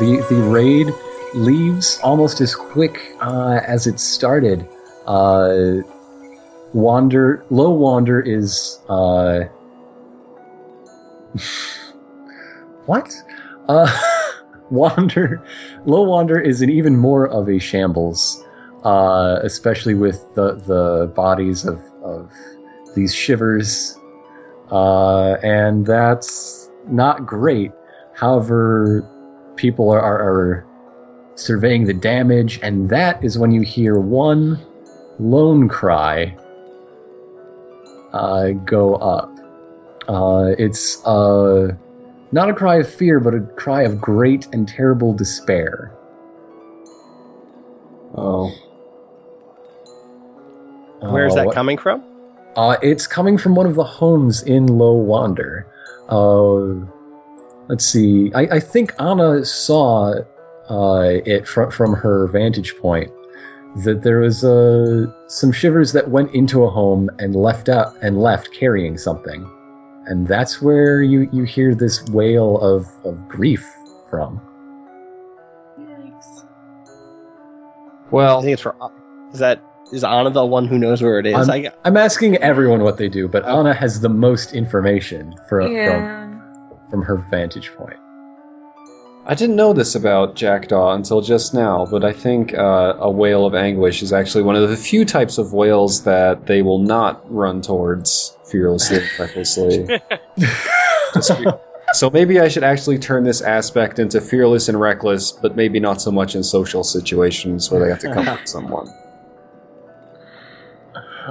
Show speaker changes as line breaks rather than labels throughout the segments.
The the raid leaves almost as quick uh, as it started. Uh, Wander low wander is uh, what? Uh, wander low wander is an even more of a shambles, uh, especially with the the bodies of of these shivers, uh, and that's not great. However, people are, are, are surveying the damage, and that is when you hear one lone cry uh, go up. Uh, it's uh, not a cry of fear, but a cry of great and terrible despair.
Oh,
Where's
Uh,
that
what-
coming from?
Uh, it's coming from one of the homes in Low Wander. Uh, let's see. I, I think Anna saw uh, it fr- from her vantage point that there was uh, some shivers that went into a home and left out and left carrying something, and that's where you, you hear this wail of, of grief from.
I
well,
think it's for. Is that is Anna the one who knows where it is? I,
I'm asking everyone what they do, but Anna has the most information for,
Yeah.
from from her vantage point.
I didn't know this about jackdaw until just now, but I think uh, a wail of anguish is actually one of the few types of wails that they will not run towards fearlessly and recklessly. so maybe I should actually turn this aspect into fearless and reckless, but maybe not so much in social situations where they have to comfort someone.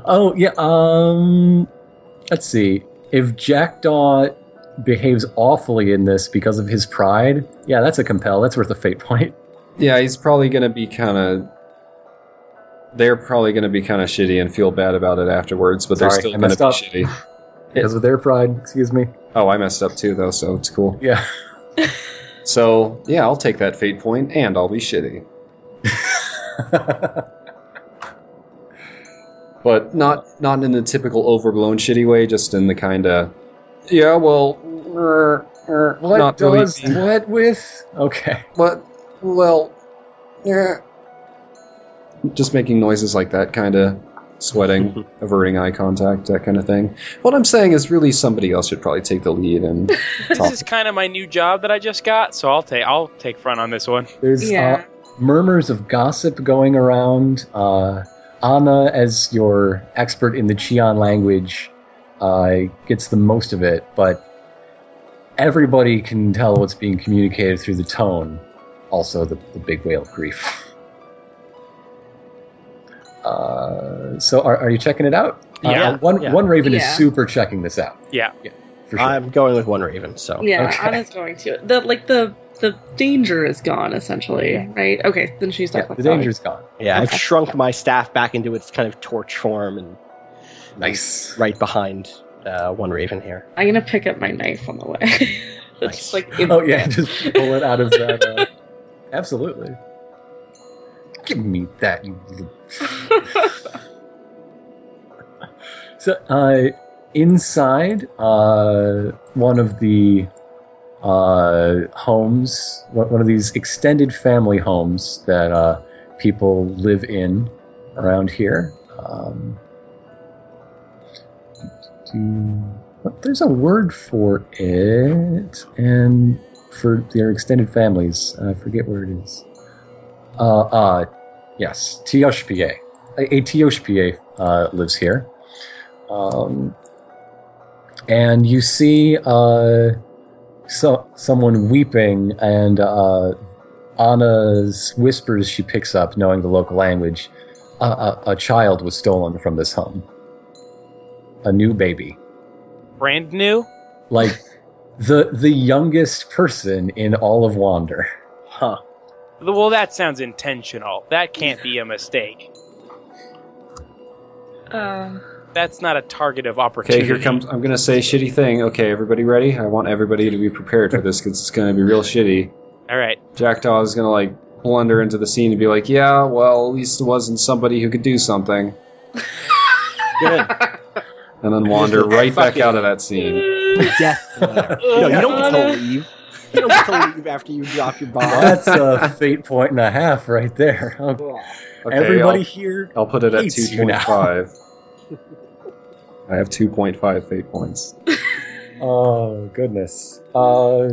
Oh yeah. Um, let's see. If Jackdaw behaves awfully in this because of his pride, yeah, that's a compel. That's worth a fate point.
Yeah, he's probably going to be kind of. They're probably going to be kind of shitty and feel bad about it afterwards, but they're
Sorry,
still
I
going to be
messed up.
shitty.
Because of their pride, excuse me.
Oh, I messed up too, though, so it's cool.
Yeah.
So yeah, I'll take that fate point, and I'll be shitty, but not not in the typical overblown shitty way, just in the kind of yeah, well, er, er,
what
not really
does
being-
what with? Okay.
but well, er. just making noises like that, kind of sweating, averting eye contact, that kind of thing. What I'm saying is, really, somebody else should probably take the lead and
This is kind of my new job that I just got, so I'll take I'll take front on this one.
There's
Yeah.
uh, murmurs of gossip going around. Uh, Anna, as your expert in the Qian language, uh, gets the most of it, but everybody can tell what's being communicated through the tone. Also, the, the big wail of grief. Uh, so, are, are you checking it out?
Yeah,
Uh, one
yeah.
one raven
Yeah.
is super checking this out.
Yeah.
for sure.
I'm going with one Raven. So
Yeah,
Okay.
Anna's going to. The like the the danger is gone essentially, right? Okay, then she's
Yeah,
not.
the danger's gone.
yeah, I've
Okay.
shrunk my staff back into its kind of torch form and
Nice.
right behind uh, one Raven here.
I'm gonna pick up my knife on the way.
Nice.
It's like in-
Oh yeah, just pull it out of that. Uh, absolutely. Give me that. You... So, uh, inside uh, one of the uh, homes, one one of these extended family homes that uh, people live in around here. Um, do- what- there's a word for it, and for their extended families. I forget where it is. Uh, uh, yes, Tioshpa. A, a Tioshpa uh, lives here. Um, and you see uh, so, someone weeping, and uh, Anna's whispers she picks up, knowing the local language. A, a, a child was stolen from this home. A new baby
Brand new.
like the the youngest person in all of Wander.
Huh.
The- Well, that sounds intentional. That can't be a mistake.
Um,
That's not a target of
Okay,
opportunity.
here comes. I'm gonna say shitty thing. Okay, everybody ready? I want everybody to be prepared for this because it's gonna be real shitty.
All right.
Jackdaw is gonna like blunder into the scene and be like, "Yeah, well, at least it wasn't somebody who could do something,"
Good.
and then wander right back
Fucking-
out of that scene.
Death. no, you don't get to leave. You don't get to leave after you drop your bomb.
That's a fate point and a half right there. Oh,
Okay,
Everybody here.
I'll, I'll put it at
hates you now.
2.5. I have 2.5 fate points.
Oh goodness. Uh,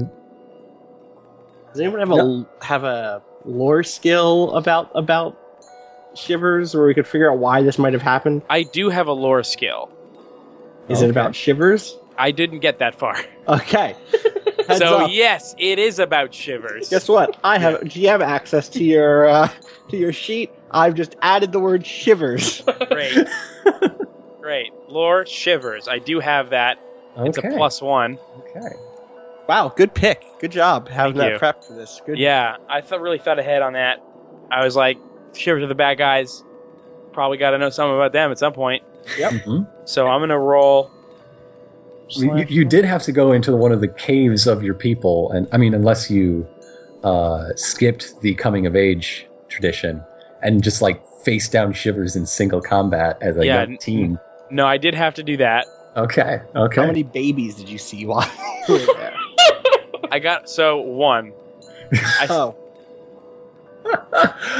Does anyone have a have a lore skill about about shivers, where we could figure out why this might have happened?
I do have a lore skill.
Is it
Okay.
about shivers?
I didn't get that far.
Okay. Heads
so
up.
yes, it is about shivers.
guess what? I have GM access to your uh, to your sheet. I've just added the word shivers.
Great. Great. Lore shivers. I do have that.
okay.
It's a plus one.
Okay.
Wow, good pick. Good job having
Thank
that
you.
prep for this. Good.
Yeah, I thought really thought ahead on that. I was like, shivers are the bad guys. Probably got to know something about them at some point. Mm-hmm.
Mhm.
So I'm gonna roll.
You, you- you did have to go into one of the caves of your people, and I mean, unless you uh, skipped the coming of age tradition and just like face down shivers in single combat as a
Yeah,
young
n-
teen.
No, I did have to do that.
Okay. Okay.
How many babies did you see while you were there?
I got so one. I,
Oh,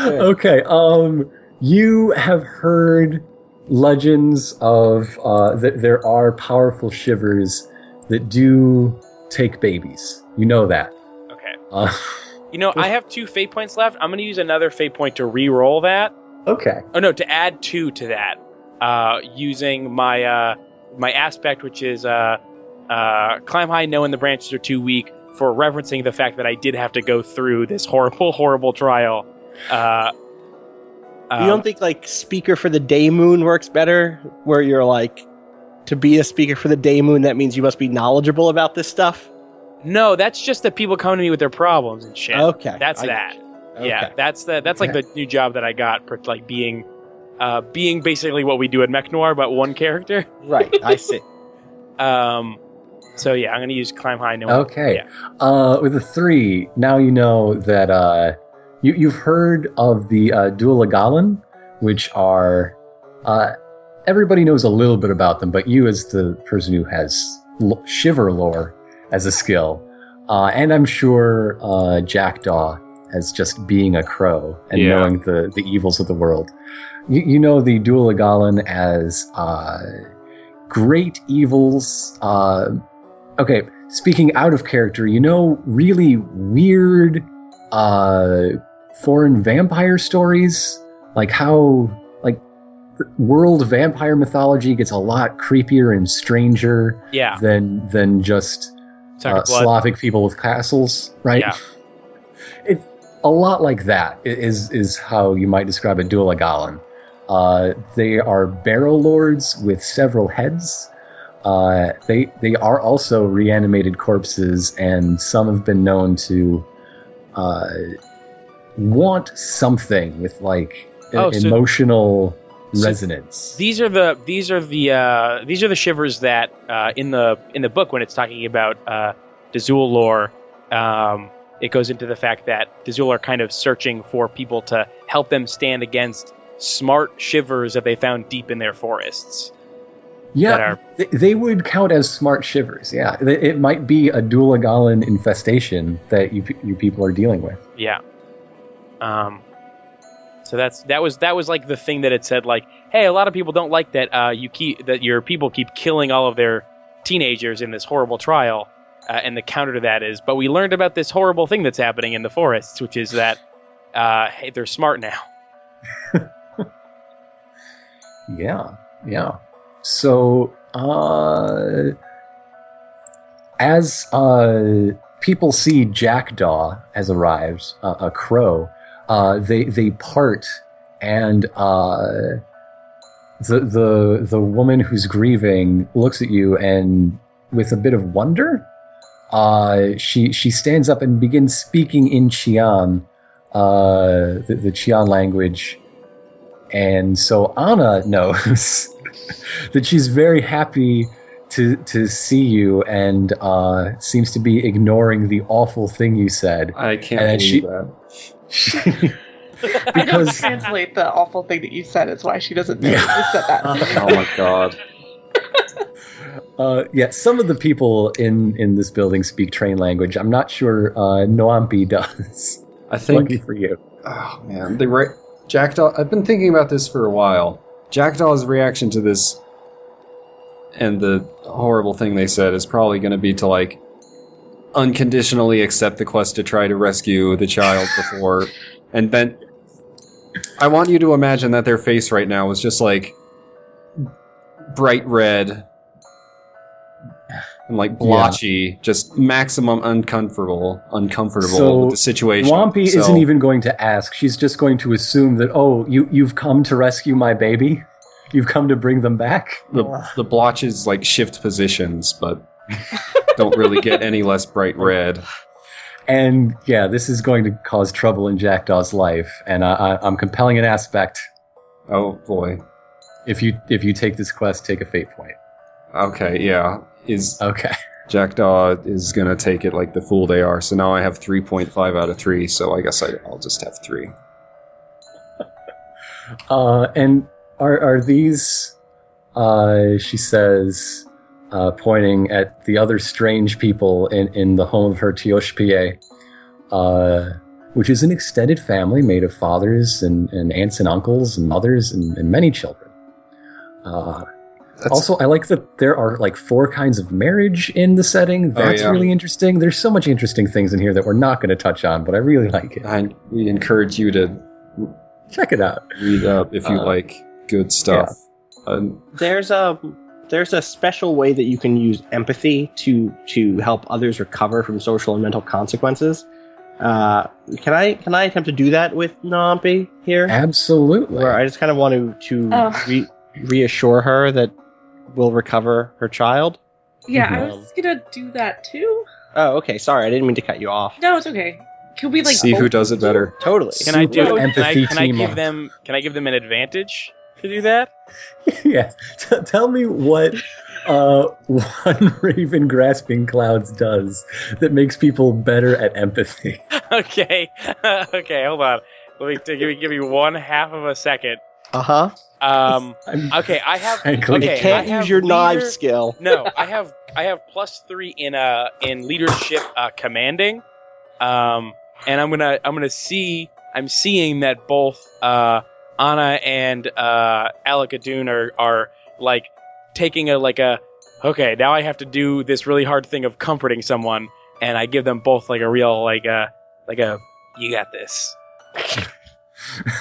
okay. Um, you have heard legends of uh, that there are powerful shivers that do take babies. You know that.
Okay.
Uh,
You know, I have two fate points left. I'm gonna use another fate point to re-roll that.
okay.
Oh no, to add two to that, uh, using my uh, my aspect, which is uh, uh, climb high, knowing the branches are too weak, for referencing the fact that I did have to go through this horrible, horrible trial. Uh,
you
um,
don't think like speaker for the day moon works better, where you're like, to be a speaker for the day moon, that means you must be knowledgeable about this stuff.
no, that's just that people come to me with their problems and shit.
Okay,
That's
I-
that.
okay.
Yeah, that's the that's like the new job that I got for like being, uh, being basically what we do at Mech Noir, but one character.
right. I see.
Um, so yeah, I'm gonna use climb high, knowing
Okay. Uh, with a three, now you know that uh, you, you've heard of the uh, Duolagalan, which are. Uh, everybody knows a little bit about them, but you, as the person who has l- Shiver lore as a skill, uh, and I'm sure uh, Jackdaw as just being a crow and
Yeah.
knowing the, the evils of the world, you, you know the Duolagalan as uh, great evils. Uh, okay, speaking out of character, you know, really weird uh, foreign vampire stories, like how like th- world vampire mythology gets a lot creepier and stranger
yeah,
than than just
Tucker
uh, Slavic people with castles, right?
Yeah.
It, a lot like that i- is is how you might describe a Duolagalan. Uh, they are barrel lords with several heads. Uh, they they are also reanimated corpses, and some have been known to uh, want something with like e-
Oh, so-
emotional
so
resonance.
These are the these are the uh, these are the shivers that uh, in the in the book when it's talking about uh, Dazul lore, um, it goes into the fact that Dazul are kind of searching for people to help them stand against smart shivers that they found deep in their forests.
yeah,
That are
They, they would count as smart shivers. Yeah, Th- it might be a Duolagalan infestation that you pe- you people are dealing with.
yeah. Um, so that's that was that was like the thing that it said like, hey, a lot of people don't like that uh, you keep that your people keep killing all of their teenagers in this horrible trial. Uh, and the counter to that is, but we learned about this horrible thing that's happening in the forests, which is that uh, hey, they're smart now.
Yeah, yeah. So, uh, as uh, people see Jackdaw has arrived, uh, a crow, uh, they they part, and uh, the the the woman who's grieving looks at you and with a bit of wonder, uh, she she stands up and begins speaking in Qian, uh, the, the Qian language. And so Anna knows that she's very happy to to see you and uh, seems to be ignoring the awful thing you said.
I can't
And
believe
she-
that.
I don't
Because-
translate the awful thing that you said. It's why she doesn't know
Yeah.
you said that.
Oh my god.
Uh, yeah, some of the people in in this building speak train language. I'm not sure uh, Noampi does.
I think
Lucky for you.
Oh man, the re- Jackdaw. I've been thinking about this for a while. Jackdaw's reaction to this and the horrible thing they said is probably going to be to like unconditionally accept the quest to try to rescue the child before and then I want you to imagine that their face right now is just like bright red and like blotchy, just maximum uncomfortable, uncomfortable
So,
with the situation.
Wampy
So-
isn't even going to ask. She's just going to assume that oh, you you've come to rescue my baby. You've come to bring them back.
the, the blotches like shift positions, but don't really get any less bright red.
And yeah, this is going to cause trouble in Jackdaw's life, and I, I, I'm compelling an aspect.
Oh boy.
If you if you take this quest, take a fate point.
Okay, yeah. Is
Okay.
Jackdaw is gonna take it like the fool they are. So now I have three point five out of three. So I guess I, I'll just have three.
Uh, and are are these? Uh, she says, uh, pointing at the other strange people in, in the home of her Tioshpie, uh, which is an extended family made of fathers and, and aunts and uncles and mothers and, and many children. Uh,
That's,
also, I like that there are like four kinds of marriage in the setting. That's
Oh, yeah.
really interesting. There's so much interesting things in here that we're not going to touch on, but I really like it.
I, we encourage you to
Check it out.
read up if you
Uh,
like good stuff. Um,
there's a there's a special way that you can use empathy to to help others recover from social and mental consequences. Uh, can I can I attempt to do that with Nampi here?
Absolutely.
Where I just kind of want to to
Oh.
re- reassure her that we'll recover her child.
Yeah, I
Mhm.
was gonna do that too.
Oh, okay. Sorry, I didn't mean to cut you off.
No, it's okay. Can we like oh.
see who
both-
does it better.
Totally.
Can I do?
Super
Can I,
empathy
can I
team
give
up.
them? Can I give them an advantage to do that?
yeah. T- tell me what uh, one Raven Grasping Clouds does that makes people better at empathy.
okay. okay. Hold on. Let me give me give me one half of a second.
Uh huh.
Um.
I'm,
Okay. I have.
Frankly,
okay,
you can't
I have
use your knife
leader-
skill.
No. I have. I have plus three in uh in leadership uh, commanding. Um. And I'm gonna I'm gonna see I'm seeing that both uh Anna and uh Alakadoon are are like taking a like a okay now I have to do this really hard thing of comforting someone and I give them both like a real like a like a you got this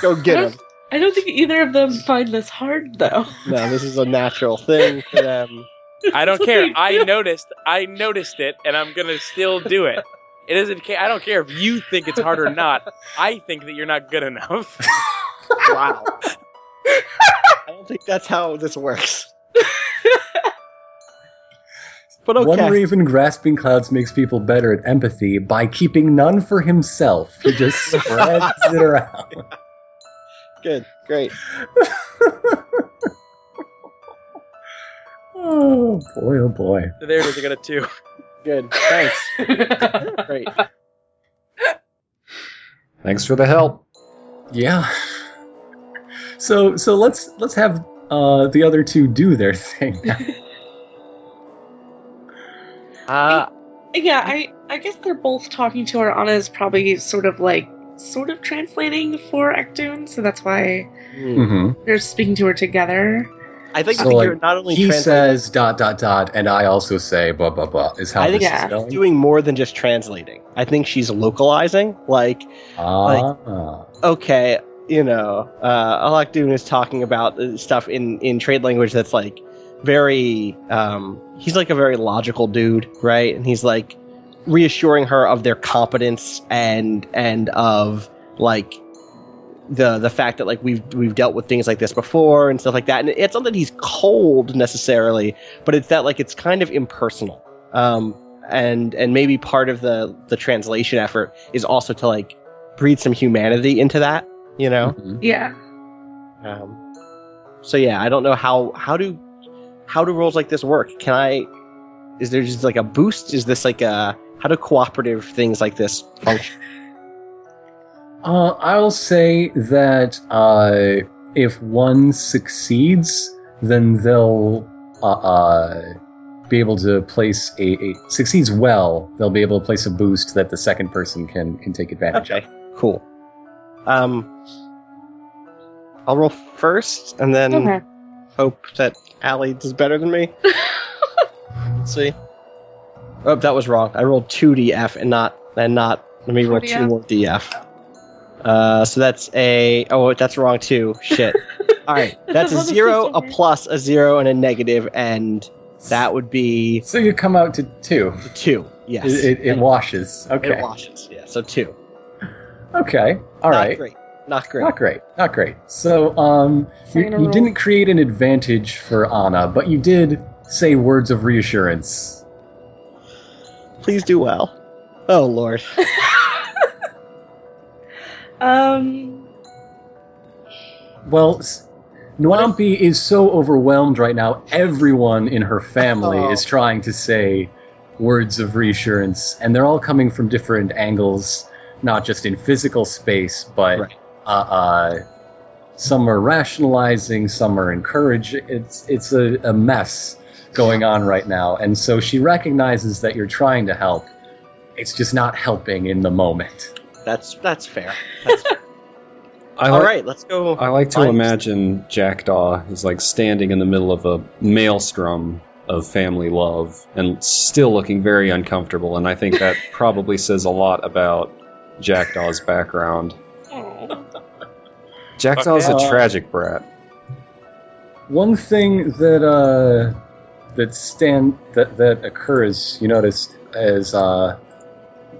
Go
I
get
don't-
him.
I don't think either of them find this hard though.
No, this is a natural thing for them.
I don't
That's what
care.
they
I
do.
noticed. I noticed it, and I'm gonna still do it. It doesn't care. I don't care if you think it's hard or not. I think that you're not good enough.
Wow. I don't think that's how this works. but okay.
One Raven Grasping Clouds makes people better at empathy by keeping none for himself. He just spreads it around.
Good. Great.
Oh boy! Oh boy!
there it is. I got a two.
Good. Thanks. Great.
Thanks for the help.
Yeah. So so let's let's have uh, the other two do their thing.
Uh,
yeah, I I guess they're both talking to her. Anna is probably sort of like sort of translating for Ekdun, so that's why
mm-hmm.
they're speaking to her together.
I think
So,
I think
like,
you're not only
he
translating,
says dot dot dot, and I also say blah blah blah. Is how
I
this
think
is
she's
going.
doing more than just translating. I think she's localizing. Like,
ah,
okay, you know, uh, Alakdoon is talking about uh, stuff in in trade language that's like very. Um, he's like a very logical dude, right? And he's like reassuring her of their competence and and of like the the fact that like we've we've dealt with things like this before and stuff like that. And it's not that he's cold necessarily, but it's that like it's kind of impersonal. Um, and and maybe part of the the translation effort is also to like breathe some humanity into that, you know.
Mhm.
Yeah.
Um, so yeah, I don't know how how do how do roles like this work? Can I? Is there just like a boost? Is this like a how do cooperative things like this function?
Uh, I'll say that uh, if one succeeds, then they'll uh, uh, be able to place a, a succeeds well, they'll be able to place a boost that the second person can can take advantage
Okay, cool. Um, I'll roll first, and
Mm.
then
Okay.
hope that Allie does better than me. Let's see. Oh, that was wrong. I rolled two DF and not and not. Let me roll two
2DF.
more DF. Uh, so that's a oh that's wrong too. Shit. All right, that's a
That's
zero, a
okay.
plus, a zero, and a negative, and that would be
of. So you come out to two.
two. Yes,
It, it, it washes.
It
Okay.
washes. Yeah, so two.
Okay. All
not
right.
great. Not great.
Not great. Not great. So, um,
So
you,
I'm gonna
you
roll-
didn't create an advantage for Anna, but you did say words of reassurance.
Please do well. Oh lord.
Um.
Well, s- Nwampi is so overwhelmed right now. Everyone in her family
Oh.
is trying to say words of reassurance, and they're all coming from different angles, not just in physical space, but
Right.
uh, uh, some are rationalizing, some are encouraging. It's it's a, a mess going on right now, and so she recognizes that you're trying to help. It's just not helping in the moment.
That's that's fair. That's fair.
I
All
like,
right, let's go.
I like to
I-
imagine Jackdaw is like standing in the middle of a maelstrom of family love and still looking very uncomfortable, and I think that probably says a lot about Jackdaw's background.
aw.
Jackdaw's
Okay. Uh,
a tragic brat.
One thing that uh, that stand that that occurs, you notice, is uh,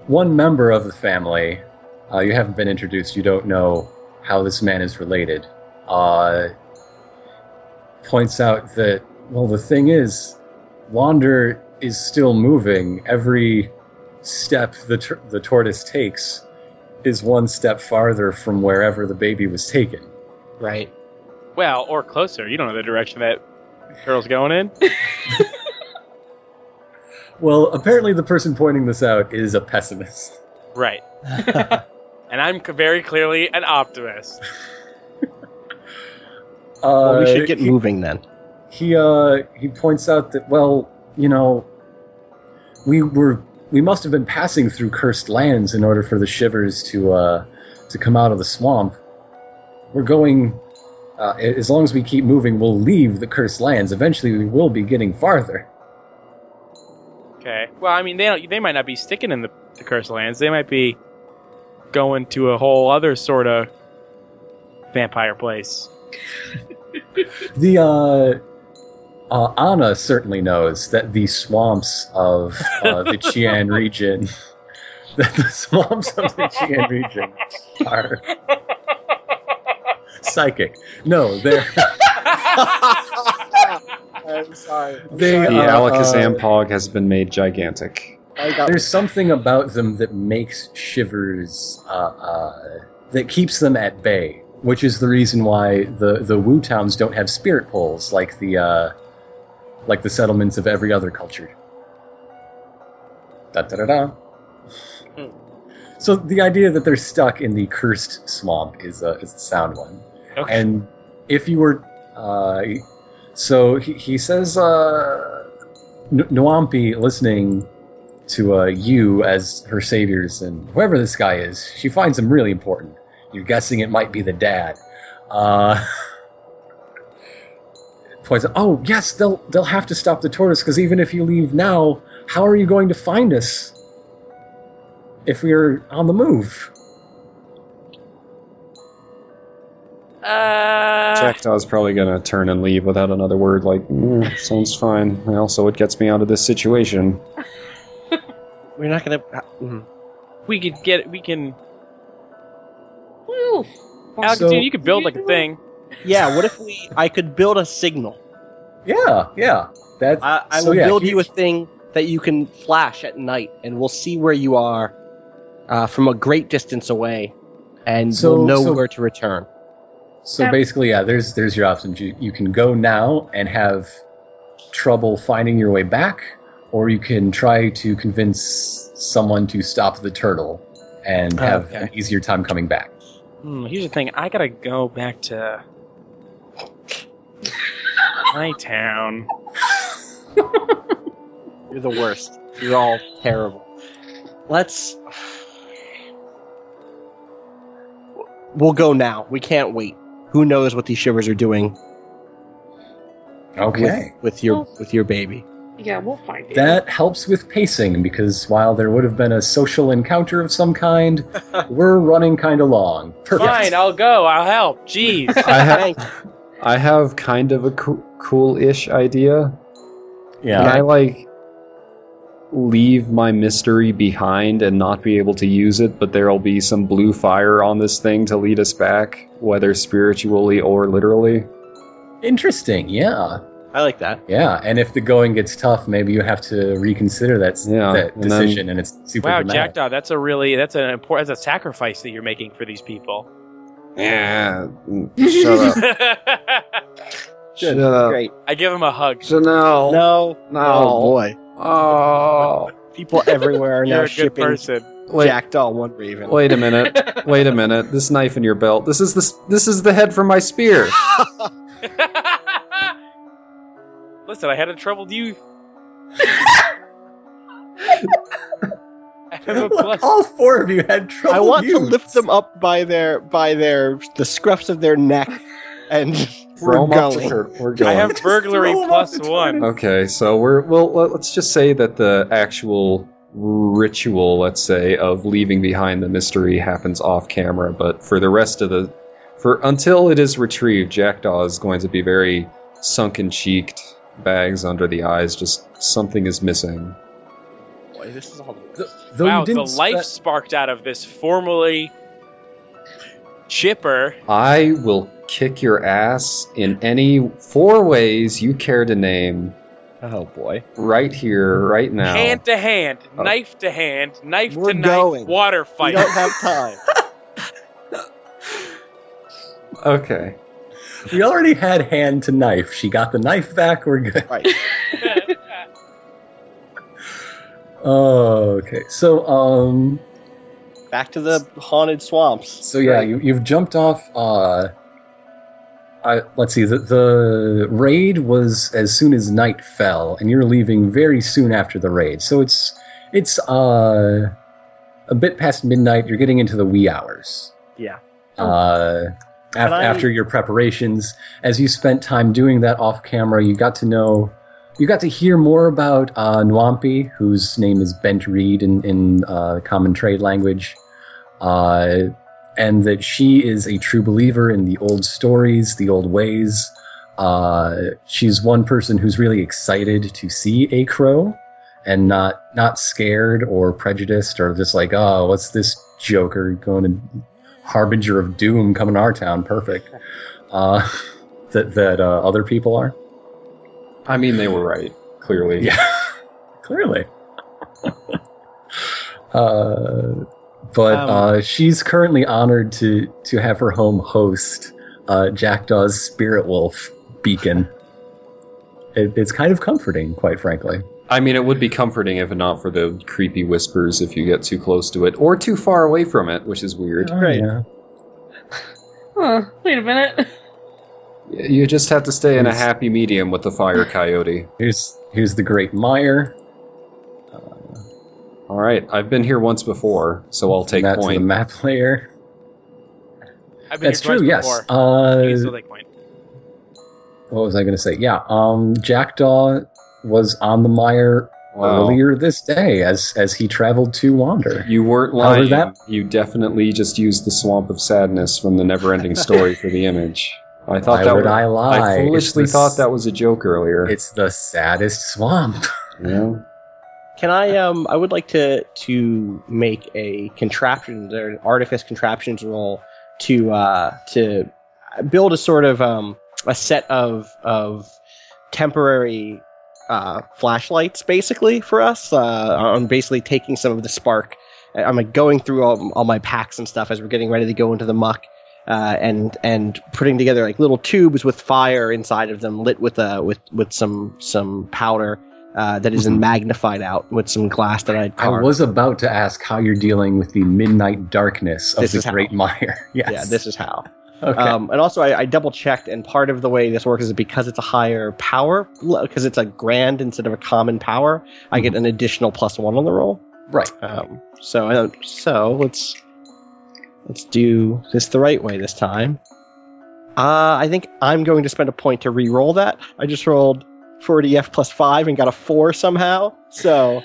one member of the family. Uh, you haven't been introduced. You don't know how this man is related. Uh, points out that well, the thing is, Wander is still moving. Every step the tur- the tortoise takes is one step farther from wherever the baby was taken.
Right.
Well, or closer. You don't know the direction that turtle's going in.
Well, apparently the person pointing this out is a pessimist.
Right. and I'm c- very clearly an optimist.
Uh,
well, we should get
he,
moving then.
He uh, he points out that well, you know, we were we must have been passing through cursed lands in order for the shivers to uh, to come out of the swamp. We're going. Uh, a- as long as we keep moving, we'll leave the cursed lands. Eventually, we will be getting farther.
Okay. Well, I mean, they don't, they might not be sticking in the, the cursed lands. They might be going to a whole other sort of vampire place.
The uh, uh, Anna certainly knows that the swamps of uh, the Qian region, that the swamps of the Qian region are psychic. No, they're
I'm sorry.
they.
The
uh,
Alakazam
uh,
Pog has been made gigantic.
I got
there's something about them that makes shivers uh, uh, that keeps them at bay, which is the reason why the the Wu towns don't have spirit poles like the uh, like the settlements of every other culture. Da da da da.
Hmm.
So the idea that they're stuck in the cursed swamp is a is a sound one.
Okay.
And if you were, uh, so he, he says, uh, N- Nwampi listening to uh, you as her saviors and whoever this guy is, she finds him really important. You're guessing it might be the dad. Uh, points out, oh yes, they'll they'll have to stop the tortoise because even if you leave now, how are you going to find us if we are on the move?
Uh,
Jackdaw's probably gonna turn and leave without another word. Like, "Mm, sounds fine. Also, it gets me out of this situation.
We're not gonna. uh, mm.
we could get we can.
woo.
Alakazam,
So-
you could build like a thing.
Yeah. What if we? I could build a signal.
Yeah, yeah. That
I, I
So,
will
yeah,
build
he-
you a thing that you can flash at night, and we'll see where you are uh, from a great distance away, and
So-
we'll know
so-
where to return.
So
Yep.
basically, yeah, there's there's your options. You, you can go now and have trouble finding your way back, or you can try to convince someone to stop the turtle and
Oh,
have
okay.
an easier time coming back.
Hmm, here's the thing. I gotta go back to my town.
You're the worst. You're all terrible. Let's. We'll go now. We can't wait. Who knows what these shivers are doing
Okay.
with your
Well-
with your baby?
Yeah, we'll find it.
That helps with pacing because while there would have been a social encounter of some kind, we're running kind of long. Perfect.
Fine, I'll go. I'll help. Jeez.
I have
Thank you.
I have kind of a coo- cool-ish idea. Can
yeah.
I like leave my mystery behind and not be able to use it, but there'll be some blue fire on this thing to lead us back, whether spiritually or literally?
Interesting. Yeah.
I like that.
Yeah. And if the going gets tough, maybe you have to reconsider that, s-
Yeah,
that
and then-
decision, and it's super
wow,
dramatic.
Jackdaw, that's a really that's an important that's a sacrifice that you're making for these people.
Yeah. Shut up.
I
Shut up.
Great.
give him a hug.
Chanel.
No. Oh boy.
Oh.
People everywhere are
You're a
now
good
shipping
person.
Wait.
Jackdaw One Raven.
Wait a minute. Wait a minute. This knife in your belt. This is the s- this is the head for my spear.
Listen, I had a troubled youth. I have a
Look,
plus.
all four of you had trouble.
I want to
youths.
lift them up by their by their the scruffs of their neck, and we're
Throw 'em off the
going.
cur- We're
I
going.
have burglary
Throw him off
plus
the
one.
Okay, so we're well. let- Let's just say that the actual ritual, let's say, of leaving behind the mystery happens off camera. But for the rest of the, for until it is retrieved, Jackdaw is going to be very sunken cheeked, bags under the eyes. Just something is missing.
Boy, this is all the worst.
Th- though you
wow, the
didn't
life
spe-
sparked out of this formerly chipper.
I will kick your ass in any four ways you care to name.
Oh boy.
Right here, right now.
Hand to hand,
Oh.
knife to hand, knife
uh, We're
to
going.
knife, water
We
fight.
don't have time.
Okay.
We already had hand to knife. She got the knife back. We're good.
right.
Oh, okay. So, um,
Back to the haunted swamps.
so yeah,
Right.
you, you've jumped off. Uh, I, let's see. The, the raid was as soon as night fell, and you're leaving very soon after the raid. So it's it's uh, a bit past midnight. You're getting into the wee hours.
Yeah.
Uh, af-
Can I-
after your preparations, as you spent time doing that off camera, you got to know, you got to hear more about uh, Nwampi, whose name is Bent Reed in, in uh, common trade language, uh, and that she is a true believer in the old stories, the old ways. Uh, she's one person who's really excited to see a crow and not not scared or prejudiced or just like, oh, what's this joker going to harbinger of doom coming to our town. Perfect. Uh, that that uh, other people are
I mean, they were right. Clearly.
Yeah. clearly. uh, but
Um,
uh, she's currently honored to to have her home host uh, Jackdaw's spirit wolf beacon. It, it's kind of comforting, quite frankly.
I mean, it would be comforting if not for the creepy whispers if you get too close to it or too far away from it, which is weird.
Right.
Yeah.
Huh, wait a minute.
You just have to stay in a happy medium with the fire coyote.
Here's here's the Great Mire.
All right, I've been here once before, so I'll take
that's the
point.
map layer.
I've been
That's
here
true.
twice
Yes.
Before.
Uh,
You still take point.
what was I going to say? Yeah, um, Jackdaw was on the mire
Wow.
earlier this day as as he traveled to Wander.
You weren't
However,
lying.
that-
You definitely just used the swamp of sadness from the never-ending story for the image. I thought
Why
that
would
was,
I lie?
foolishly
It's the
thought
s-
that was a joke earlier.
it's the saddest swamp.
yeah.
Can I? Um, I would like to to make a contraption or an artifice contraptions roll to uh, to build a sort of um, a set of of temporary uh, flashlights, basically for us. Uh, I'm basically taking some of the spark. I'm like going through all, all my packs and stuff as we're getting ready to go into the muck. Uh, and and putting together like little tubes with fire inside of them, lit with uh, with with some some powder, uh, that is
Mhm.
magnified out with some glass that I'd
Mm-hmm. I
carved.
was about to ask how you're dealing with the midnight darkness of
This is
the
how.
Great Mire. Yes.
Yeah, this is how.
Okay.
uh,
Um, and also, I, I double checked, and part of the way this works is because it's a higher power, because it's a grand instead of a common power, I get an additional plus one on the roll.
Right.
Um, so, I don't, so let's let's do this the right way this time. Uh, I think I'm going to spend a point to re-roll that. I just rolled 40f plus five and got a four somehow. So,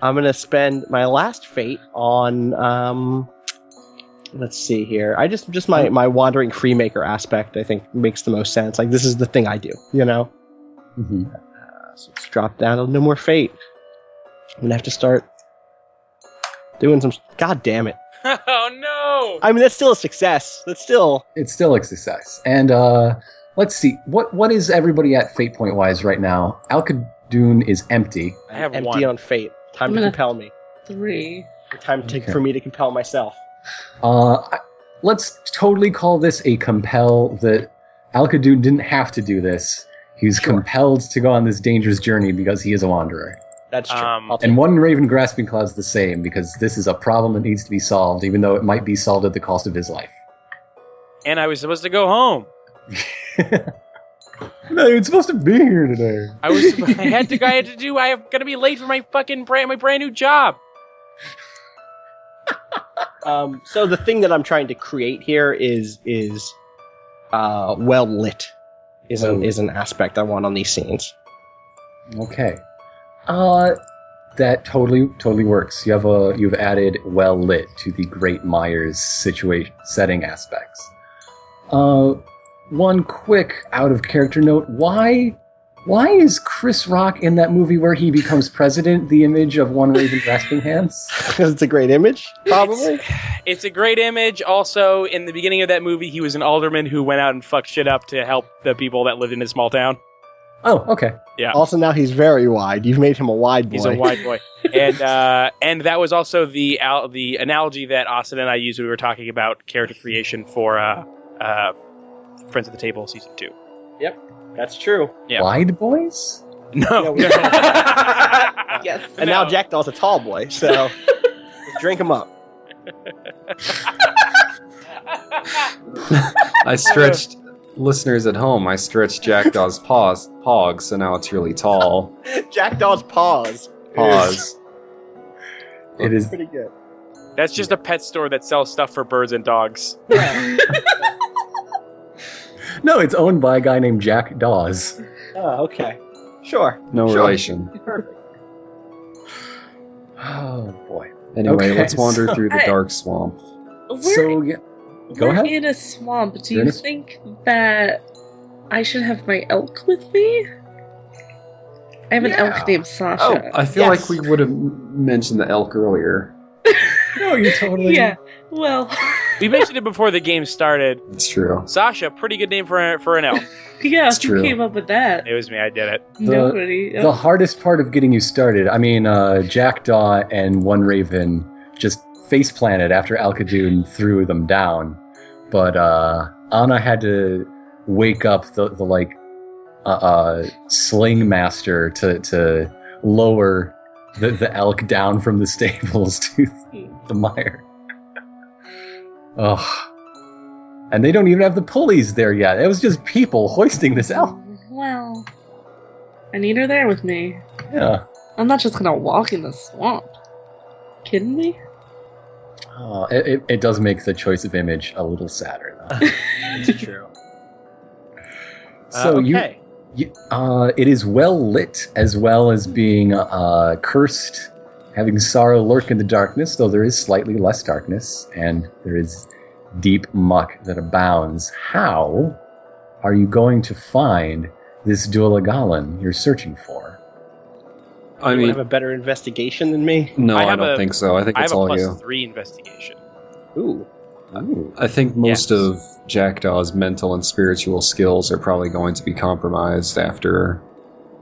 I'm gonna spend my last fate on um, let's see here. I just just my my wandering freemaker aspect. I think makes the most sense. Like this is the thing I do. You know.
hmm
mm-hmm.
Uh, so let's drop that. No more fate. I'm gonna have to start doing some. God damn it!
oh no!
I mean that's still a success. That's still
It's still exercise. And uh, let's see. What what is everybody at fate point wise right now? Alcadoon is empty.
I have
empty
one.
on fate. Time
I'm
to
gonna-
compel me.
Three.
Time to,
Okay.
for me to compel myself.
Uh, I- let's totally call this a compel that Alcadoon didn't have to do this. He was
Sure.
compelled to go on this dangerous journey because he is a wanderer.
That's true.
Um,
I'll take
And
it.
one Raven Grasping Cloud's the same because this is a problem that needs to be solved, even though it might be solved at the cost of his life.
And I was supposed to go home.
No, you're supposed to be here today.
I was. I had to. I had to do. I am gonna be late for my fucking brand. My brand new job.
Um, so the thing that I'm trying to create here is is uh, well lit is an,
Well-
is an aspect I want on these scenes.
Okay. Uh that totally totally works. You have a you've added well lit to the Great Myers situation setting aspects. Uh one quick out of character note, why why is Chris Rock in that movie where he becomes president the image of one waving grasping hands?
Because it's a great image, probably.
It's a great image. Also, in the beginning of that movie, he was an alderman who went out and fucked shit up to help the people that lived in his small town.
Oh, okay.
also, now he's very wide. You've made him a wide boy.
He's a wide boy, and uh, and that was also the al- the analogy that Austin and I used when we were talking about character creation for uh, uh, Friends at the Table season two.
That's true.
Yeah.
Wide boys?
No,
Yeah,
Yes.
And now
No.
Jackdaw's a tall boy, so drink him up.
I stretched listeners at home. I stretched Jackdaw's paws, pog, so now it's really tall.
Jackdaw's paws. is
Paws.
It is
Pretty good.
That's just a pet store that sells stuff for birds and dogs.
No, it's owned by a guy named Jack Dawes.
Oh, okay. Sure.
No
Sure.
relation.
Oh boy.
Anyway,
Okay,
let's wander
so-
through the
I-
dark swamp.
We're,
So yeah, go
we're
ahead.
in a swamp. Do
You're in
you
a s-
think that I should have my elk with me? I have an
Yeah.
elk named
Oh,
Sasha.
I feel
Yes.
like we would have m- mentioned the elk earlier.
no, you totally
yeah. Well,
We mentioned it before the game started.
It's true.
Sasha, pretty good name for for an elf.
yeah.
It's
who
true.
came up with that?
It was me. I did it.
Nobody. Oh.
The hardest part of getting you started, I mean, uh, Jackdaw and One Raven just face planted after Alcadoon threw them down. But uh, Anna had to wake up the, the like uh, uh, sling master to, to lower the, the elk down from the stables to the mire. Ugh. And they don't even have the pulleys there yet. It was just people hoisting this elk.
Well, I need her there with me.
Yeah.
I'm not just gonna walk in the swamp. Kidding me?
Oh, it, it, it does make the choice of image a little sadder. Though.
Uh,
It's true.
so you,
okay.
you uh, it is well lit as well as being uh, cursed, having sorrow lurk in the darkness, though there is slightly less darkness, and there is deep muck that abounds. How are you going to find this Dualagallan you're searching for?
I
you have
mean,
a better investigation than me.
no,
I
I,
have
don't
a-
think so. I think
I have
it's
a
all
plus
you.
three investigation.
Ooh.
I think most
Yes.
of Jackdaw's mental and spiritual skills are probably going to be compromised after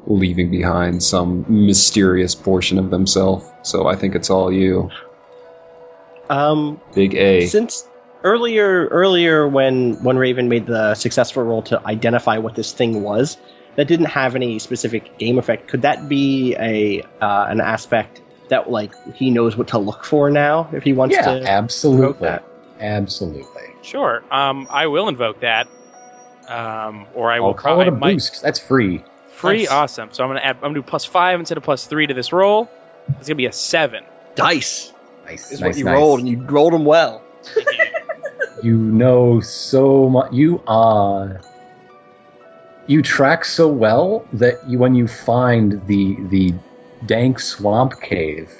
leaving behind some mysterious portion of themselves. So I think it's all you.
Um,
Big A.
Since earlier, earlier when when Raven made the successful roll to identify what this thing was, that didn't have any specific game effect. Could that be a uh, an aspect that like he knows what to look for now if he wants
yeah,
to?
absolutely.
Okay.
Absolutely.
Sure. Um, I will invoke that. Um, or I will
I'll call it
I
a
might-
boost. 'cause That's free.
Free,
Nice.
awesome. So I'm gonna add, I'm gonna do plus five instead of plus three to this roll. It's gonna be a seven.
Dice
Nice.
is
nice,
what you
nice.
rolled, and you rolled them well.
You know so much. You are. You track so well that you, when you find the the dank swamp cave,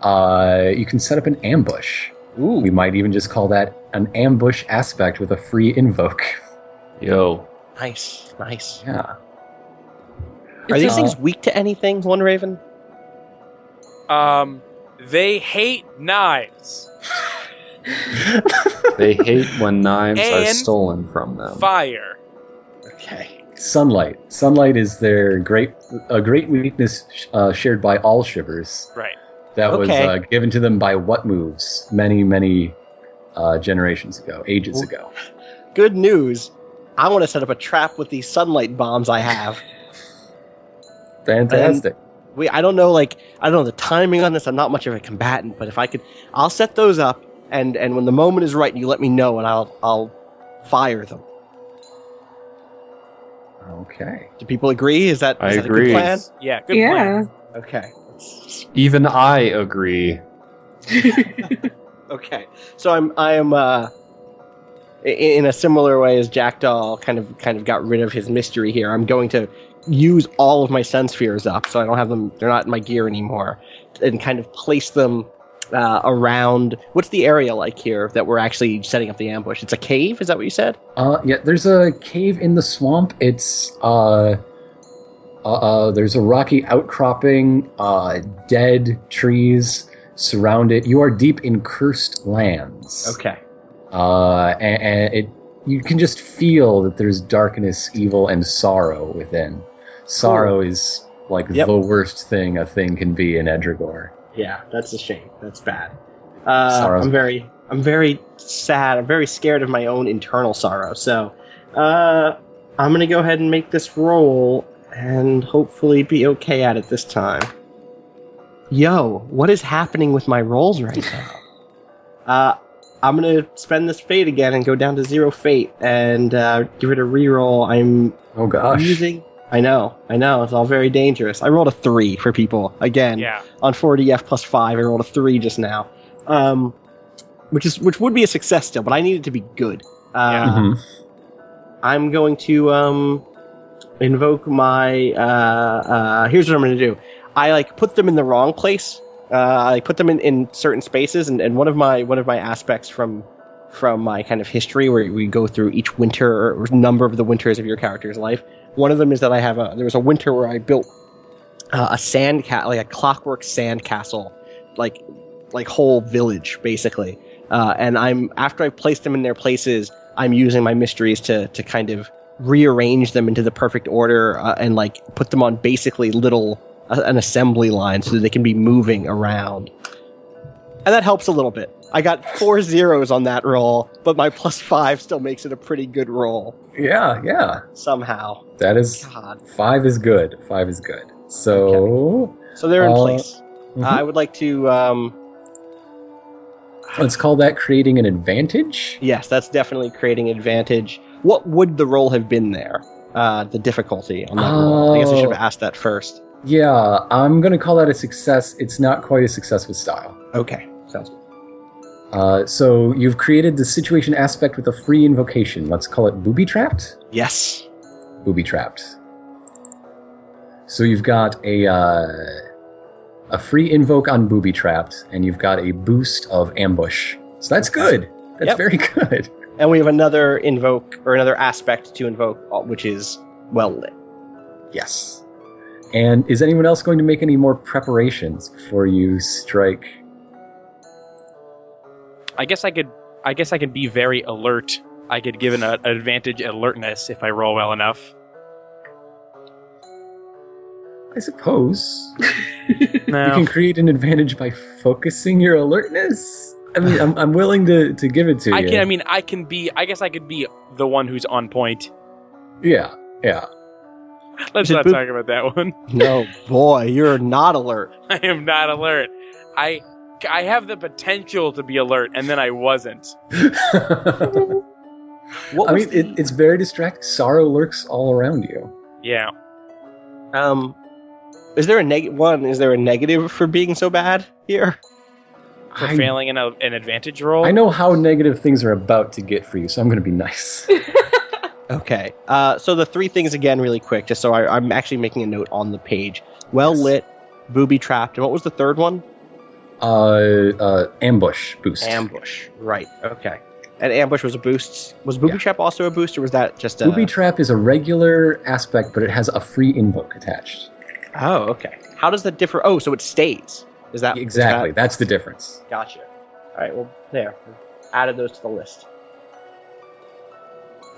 uh, you can set up an ambush.
Ooh,
We might even just call that an ambush aspect with a free invoke.
Yo.
nice, nice.
Yeah.
Are these
uh,
things weak to anything? One Raven.
Um, they hate knives,
They hate when knives are
And-
stolen from
Um,
them.
fire.
Okay.
Sunlight. Sunlight is their great a great weakness uh, shared by all shivers.
Right.
That was
Okay.
uh, given to them by what moves many many uh, generations ago, ages ago.
Good news. I want to set up a trap with these sunlight bombs I have.
Fantastic.
we I don't know like I don't know the timing on this. I'm not much of a combatant, but if I could, I'll set those up, and and when the moment is right, you let me know, and I'll I'll fire them.
Okay.
Do people agree? Is that, is
I
that a
agree.
good plan?
Yeah. Good
yeah.
plan.
Okay.
Even I agree.
Okay. So I'm I am uh i- in a similar way as Jackdaw kind of kind of got rid of his mystery here. I'm going to use all of my sun spheres up so I don't have them they're not in my gear anymore and kind of place them uh, around what's the area like here that we're actually setting up the ambush? It's a cave, is that what you said?
Uh, yeah, there's a cave in the swamp. It's uh, uh, uh there's a rocky outcropping, uh, dead trees surround it. You are deep in cursed lands.
Okay.
uh, and, and it you can just feel that there's darkness, evil, and sorrow within. Sorrow is like
Yep.
the worst thing a thing can be in Edrigor.
Yeah, that's a shame. That's bad. Uh,
Sorrow's
I'm very, I'm very sad. I'm very scared of my own internal sorrow. So, uh, I'm gonna go ahead and make this roll and hopefully be okay at it this time. Yo, what is happening with my rolls right now? uh, I'm gonna spend this fate again and go down to zero fate and uh, give it a reroll. I'm
Oh gosh.
using. I know, I know. It's all very dangerous. I rolled a three for people again
Yeah.
on 4DF plus five. I rolled a three just now, um, which is which would be a success still, but I need it to be good. Uh,
Mhm.
I'm going to um, invoke my. Uh, uh, here's what I'm going to do. I like put them in the wrong place. Uh, I put them in, in certain spaces, and, and one of my one of my aspects from from my kind of history, where we go through each winter or number of the winters of your character's life. One of them is that I have a there was a winter where I built uh, a sand cat like a clockwork sand castle, like like whole village basically. Uh, and I'm after I've placed them in their places, I'm using my mysteries to to kind of rearrange them into the perfect order uh, and like put them on basically little uh, an assembly line so that they can be moving around. And that helps a little bit. I got four zeros on that roll, but my plus five still makes it a pretty good roll
Yeah, yeah.
somehow.
That is
God.
five is good. Five is good. So
So they're in
Uh,
place.
mhm.
Uh, I would like to um,
let's call that creating an advantage.
Yes, that's definitely creating advantage. What would the role have been there? Uh, the difficulty on that roll. I guess I should have asked that first.
Yeah, I'm gonna call that a success. It's not quite a success with style.
Okay, sounds good.
Uh, so you've created the situation aspect with a free invocation. Let's call it booby trapped.
Yes.
booby trapped. So you've got a uh, a free invoke on booby trapped, and you've got a boost of ambush. So that's good. That's
Yep.
very good.
And we have another invoke or another aspect to invoke, uh, which is well lit.
Yes. And is anyone else going to make any more preparations before you strike?
I guess I could. I guess I could be very alert. I could give an, a, an advantage alertness if I roll well enough.
I suppose you
No.
can create an advantage by focusing your alertness. I mean, I'm, I'm willing to, to give it to
I
you.
can. I mean, I can be. I guess I could be the one who's on point.
yeah, yeah.
Let's
Is it
not
boop?
talk about that one.
No, boy, you're not alert.
I am not alert. I I have the potential to be alert, and then I wasn't.
What
I
was
mean, it, it's very distracting. Sorrow lurks all around you.
Yeah.
Um, is there a neg one? Is there a negative for being so bad here?
For
I-
failing in a, an advantage roll.
I know how negative things are about to get for you, so I'm going to be nice.
Okay. Uh, so the three things again, really quick, just so I, I'm actually making a note on the page. Well lit, booby trapped, and what was the third one?
uh, uh, ambush boost.
Ambush. Right. Okay. And ambush was a boost. Was booby
Yeah.
trap also a boost, or was that just a?
Booby trap is a regular aspect, but it has a free invoke attached.
oh, okay. How does that differ? Oh, so it stays. Is that
exactly.
is
That's the difference.
that- gotcha. All right. Well, there. Added those to the list.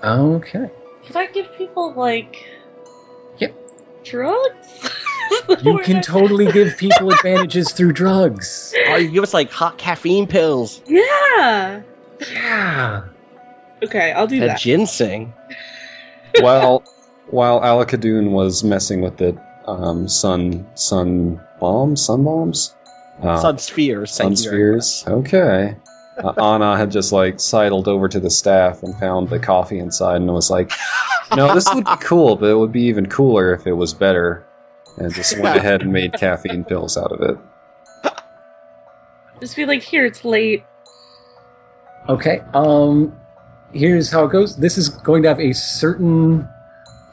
Okay.
Can I give people like?
Yep.
Drugs.
You
Or-
can totally give people advantages through drugs.
Oh, you give us like hot caffeine pills
Yeah.
Yeah.
Okay, I'll do
and
that.
ginseng.
while while Alakadoon was messing with the um, sun sun bombs, sun bombs, uh,
sun spheres.
sun
thank you very
spheres. Okay. Uh, Anna had just like sidled over to the staff and found the coffee inside and was like, "No, this would be cool, but it would be even cooler if it was better." And just went ahead and made caffeine pills out of it.
Just be like, here, it's late.
Okay. Um, here's how it goes. This is going to have a certain.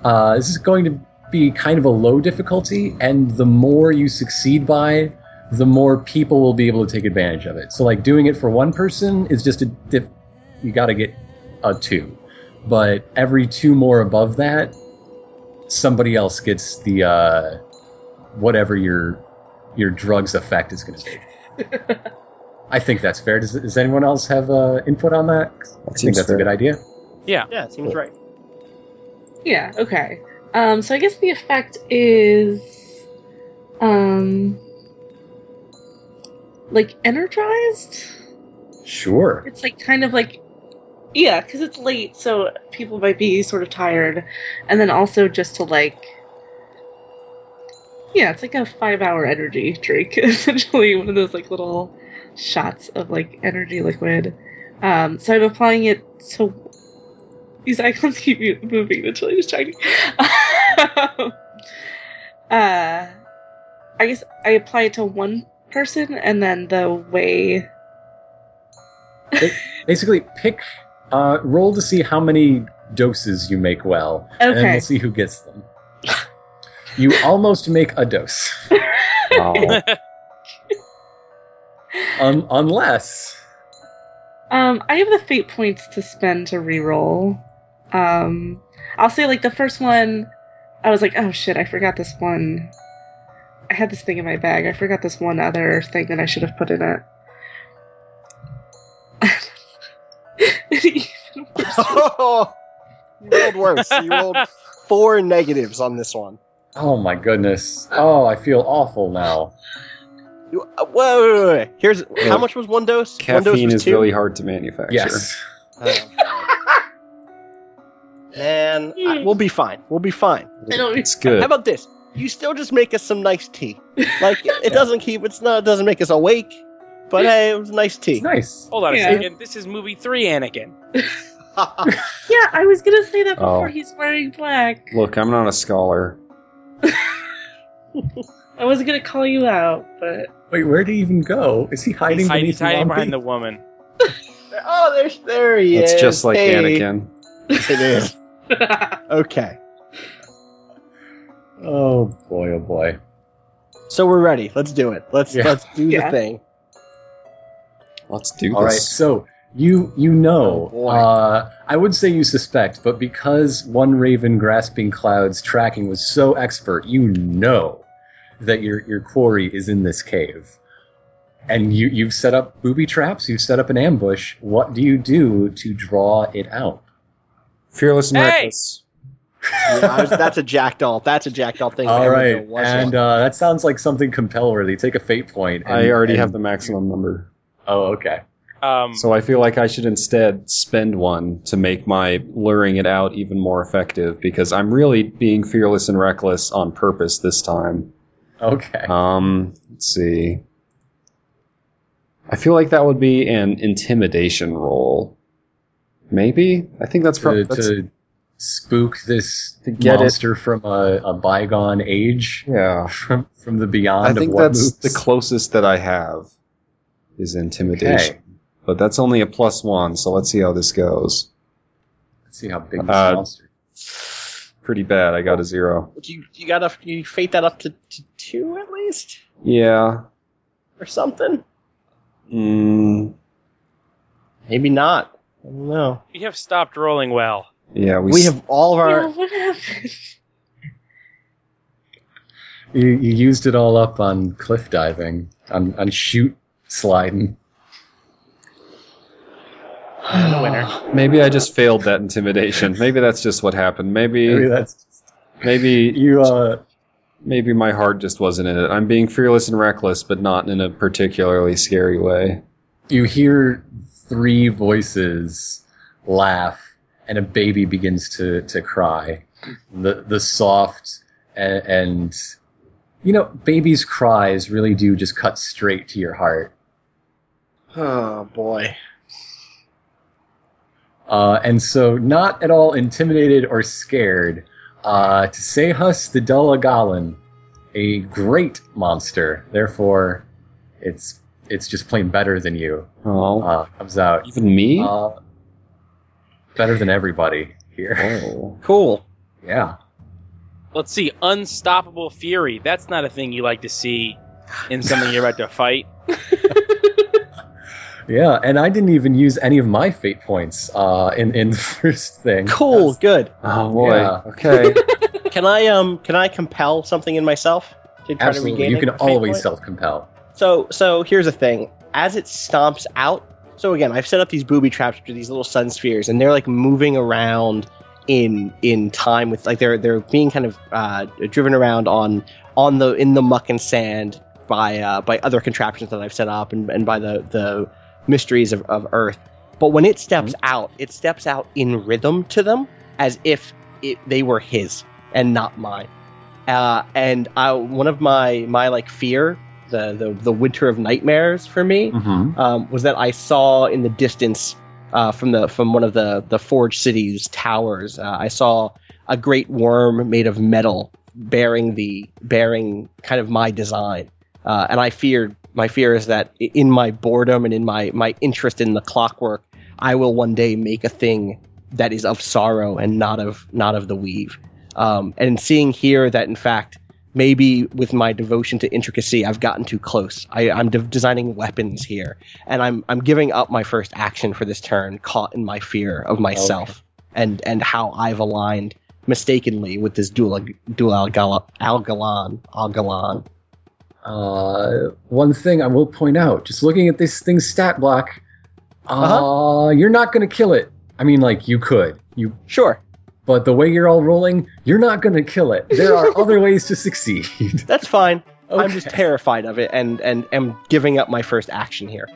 Uh, this is going to be kind of a low difficulty, and the more you succeed by, the more people will be able to take advantage of it. So, like doing it for one person is just a dip. You got to get a two, but every two more above that, somebody else gets the uh, whatever your your drugs effect is going to be. I think that's fair. Does, does anyone else have uh, input on that?
That
I think that's a good idea.
much. Yeah, it seems right.
Yeah, okay. Um, so I guess the effect is um like energized.
Sure.
It's like kind of like yeah, cuz it's late, so people might be sort of tired. And then also just to like Yeah, it's like a 5-hour energy drink essentially, one of those like little shots of like energy liquid. Um, so I'm applying it to these icons keep mo- moving until I distract me. um, uh, I guess I apply it to one person, and then the way
Basically, pick, uh, roll to see how many doses you make well, and then
Okay.
we'll see who gets them. You almost make a dose,
Oh,
um, unless
Um, I have the fate points to spend to reroll. Um, I'll say like the first one, I was like, oh shit, I forgot this one. I had this thing in my bag. I forgot this one other thing that I should have put in it. And even worse-
you rolled worse. You rolled four negatives on this one.
Oh my goodness! Oh, I feel awful now.
You, uh, whoa, wait, wait, wait. Here's
Yeah.
how much was one dose? one dose
caffeine
was
is
two?
really hard to manufacture.
Yes.
Oh, man, I- we'll be fine. We'll be fine.
I don't.
It's
How
good.
about this? You still just make us some nice tea. Like it it doesn't keep. It's not. It doesn't make us awake. But hey, it was nice tea.
Nice.
Hold on
Yeah.
a second. This is movie three, Anakin.
Oh,
Yeah, I was gonna say that before.
Oh.
He's wearing black.
Look, I'm not a scholar.
I wasn't gonna call you out, but
Wait, where did he even go? Is he hiding
He's hiding,
beneath
hiding
the
behind the
lobby?
woman.
oh, there's there he
It's
is.
just like
Hey.
Anakin.
It is. Okay.
Oh boy! Oh boy!
So we're ready. Let's do it. Let's
Yeah.
let's do
Yeah.
the thing.
Let's do
All right.
this.
So you you know,
Oh, boy.
uh, I would say you suspect, but because one raven grasping clouds tracking was so expert, you know that your your quarry is in this cave, and you you've set up booby traps, you've set up an ambush. What do you do to draw it out?
Fearless and
Hey!
reckless.
Yeah, I was- that's a jackdaw. That's a jackdaw thing.
All
There we
right,
go. What's
and
up?
uh, that sounds like something compel worthy. Take a fate point. and-
I already
and-
have the maximum number.
Oh, okay.
Um,
So I feel like I should instead spend one to make my luring it out even more effective because I'm really being fearless and reckless on purpose this time.
Okay.
Um, let's see. I feel like that would be an intimidation roll. Maybe? I think that's
to,
probably that's,
to spook this
To get it-
monster from a, a bygone age,
yeah.
from from the
I
beyond
think
of what
that's
moves.
the closest that I have is intimidation.
Okay.
But that's only a plus one, so let's see how this goes.
Let's see how big this
Uh,
monster.
Pretty bad. I got a zero.
uh,
Do you you gotta you fate that up to, to two at least
Yeah.
or something?
Mm,
Maybe not. I don't know.
We have stopped rolling well.
yeah. We,
We,
s-
have all of
Yeah,
our
what happened?
You, you used it all up on cliff diving, on on chute sliding.
the winner.
Maybe I just failed that intimidation. Maybe that's just what happened.
Maybe
Maybe
that's
maybe
you. Uh,
maybe my heart just wasn't in it. I'm being fearless and reckless, but not in a particularly scary way.
you hear three voices laugh, and a baby begins to to cry. The the soft and, and you know babies' cries really do just cut straight to your heart.
Oh boy.
Uh, and so, not at all intimidated or scared, uh, Tsehus the Delagallan, a great monster, therefore it's it's just plain better than you,
Oh,
uh, comes out.
even me?
Uh, better than everybody here.
oh.
Cool.
yeah.
Let's see. Unstoppable fury. That's not a thing you like to see in someone you're about to fight.
Yeah, and I didn't even use any of my fate points uh, in, in the first thing.
Cool. Good.
Oh, boy.
Yeah.
Okay.
Can I um can I compel something in myself to try to
Absolutely.
regain
You
a
can
fate
always
point?
self compel.
So so here's the thing. As it stomps out, so again, I've set up these booby traps for these little sun spheres, and they're like moving around in in time with like they're they're being kind of uh, driven around on on the in the muck and sand by uh, by other contraptions that I've set up and, and by the the mysteries of, of Earth. But when it steps out, it steps out in rhythm to them as if it, they were his and not mine. Uh, and I, one of my my like fear, the the, the winter of nightmares for
Mm-hmm.
me,
Mhm.
um, was that I saw in the distance uh, from the from one of the the Forge City's towers. Uh, I saw a great worm made of metal bearing the bearing kind of my design, uh, and I feared my fear is that i- in my boredom and in my my interest in the clockwork, I will one day make a thing that is of sorrow and not of not of the weave. Um, and seeing here that in fact maybe with my devotion to intricacy i've gotten too close I, i'm de- designing weapons here and i'm i'm giving up my first action for this turn caught in my fear of myself and and how i've aligned mistakenly with this dual dual algalan algalan
Uh, one thing I will point out, just looking at this thing's stat block, uh, you're not going to kill it. I mean, like you could, you,
sure
but the way you're all rolling, you're not going to kill it. There are other ways to succeed.
that's fine i'm
Okay.
just terrified of it and and am giving up my first action here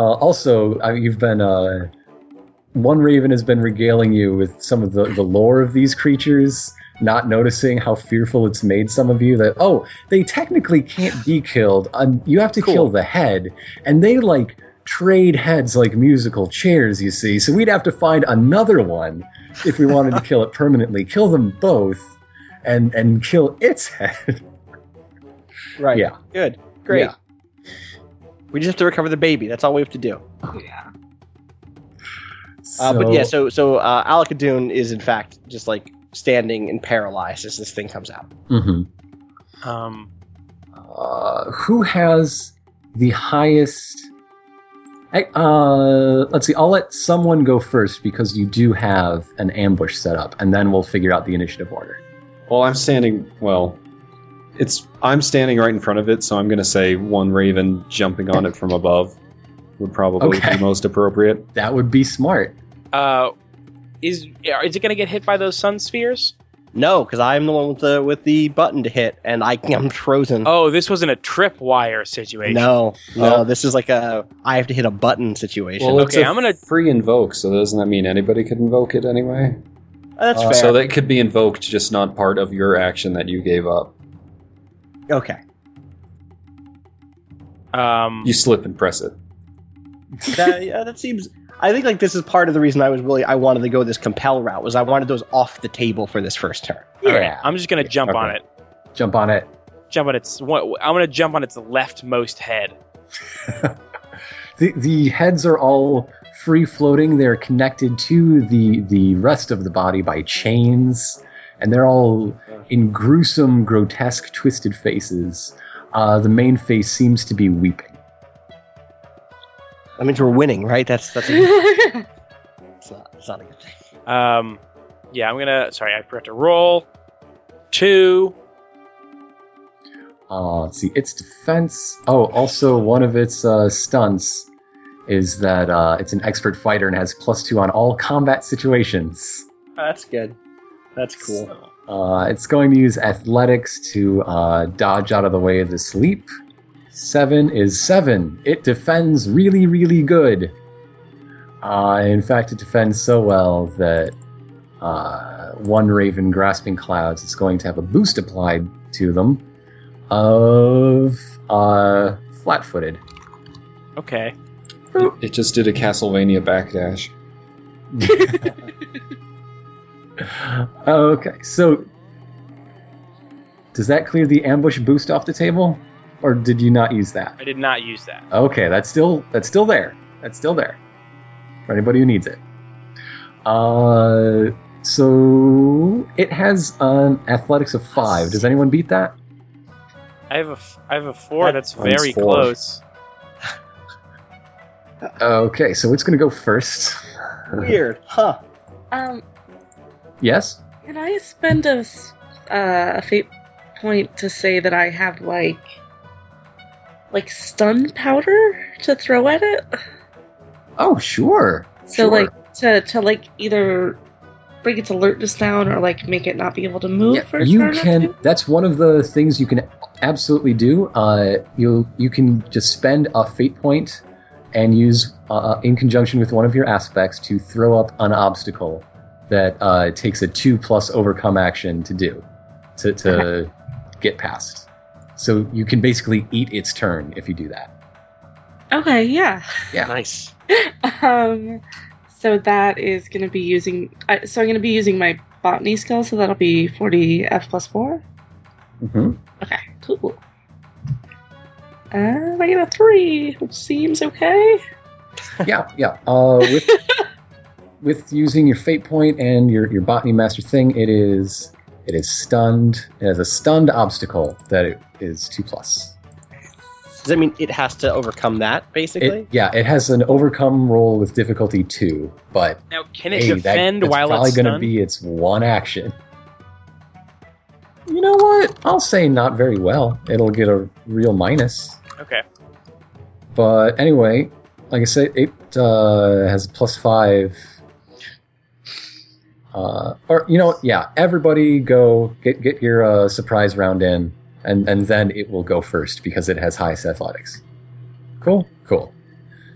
uh, also, I mean, you've been uh, one raven has been regaling you with some of the the lore of these creatures. Not noticing how fearful it's made some of you that oh they technically can't be killed. Um, you have to
Cool.
kill the head, and they like trade heads like musical chairs. You see, so we'd have to find another one if we wanted to kill it permanently. Kill them both, and and kill its head.
right
Yeah.
good great
Yeah.
we just have to recover the baby that's all we have to do
yeah.
Uh, but yeah, so so uh, Alakadun is in fact just like standing and paralyzed as this thing comes out.
Mhm.
Um,
Uh, who has the highest? I, uh, let's see. I'll let someone go first because you do have an ambush set up, and then we'll figure out the initiative order.
Well, I'm standing. Well, it's I'm standing right in front of it, so I'm going to say one raven jumping on it from above would probably
Okay.
be most appropriate.
That would be smart.
uh, is is it going to get hit by those sun spheres?
No, because I'm the one with the with the button to hit, and I I'm frozen.
Oh, this wasn't a tripwire situation.
no, no,
Oh.
this is like a I have to hit a button situation.
Well, it's
Okay,
a
I'm gonna-
free invoke. So doesn't that mean anybody could invoke it anyway?
Uh, that's
uh,
fair.
So that could be invoked, just not part of your action that you gave up.
okay,
Um,
You slip and press it.
that, yeah, that seems. I think like this is part of the reason I was really I wanted to go this compel route was I wanted those off the table for this first turn.
all right,
Yeah.
I'm just gonna jump on
Okay.
it.
Jump on it.
Jump on its. one- I'm gonna jump on its leftmost head.
The the heads are all free floating. They're connected to the the rest of the body by chains, and they're all in gruesome, grotesque, twisted faces. Uh, the main face seems to be weeping.
That means we're winning, right? That's that's a,
That's
it's not, it's not a good thing.
Um, yeah, I'm gonna. Sorry, I forgot to roll. Two.
Uh, let's see, its defense. Oh, also one of its uh, stunts is that uh, it's an expert fighter and has plus two on all combat situations.
That's good. That's cool.
Uh, it's going to use athletics to uh, dodge out of the way of the sleep. Seven is seven. It defends really, really good. Uh, in fact, it defends so well that uh, one Raven grasping clouds is going to have a boost applied to them of uh, flat footed.
Okay.
It, it just did a Castlevania backdash.
okay, so does that clear the ambush boost off the table, or did you not use that?
I did not use that.
Okay, that's still that's still there. That's still there for anybody who needs it. Uh, so it has an athletics of five. Does anyone beat that?
I have a. f- I have a four.
That-
That's
Mine's
very
four.
close.
Okay, so it's gonna go first.
Weird, huh?
um,
Yes.
can I spend a s- uh, a fate point to say that I have like like stun powder to throw at it?
Oh, sure.
So
Sure.
like to to like either bring its alertness down or like make it not be able to move
Yeah,
for a
you
turn or
can.
two?
That's one of the things you can absolutely do. Uh, you you can just spend a fate point and use uh, in conjunction with one of your aspects to throw up an obstacle that uh, takes a two plus overcome action to do to to get past. So you can basically eat its turn if you do that.
Okay, yeah.
Yeah.
Nice.
Um, so that is going to be using. I so I'm going to be using my botany skill, so that'll be 40 F plus four.
Mm-hmm.
Okay, cool. And I get a three, which seems okay.
yeah, yeah. Uh, with with using your fate point and your, your botany master thing, it is it is stunned. It has a stunned obstacle that it is two plus.
Does that mean it has to overcome that basically?
It, yeah, it has an overcome roll with difficulty two, but
Now, can it
hey, that-
defend
that's
while
probably
it's
going to
stunned?
be its one action. You know what? I'll say not very well. It'll get a real minus.
Okay.
But anyway, like I said, it uh, has plus five. Uh, or you know, what, yeah. Everybody, go get get your uh, surprise round in, and and then it will go first because it has highest athletics. Cool, cool.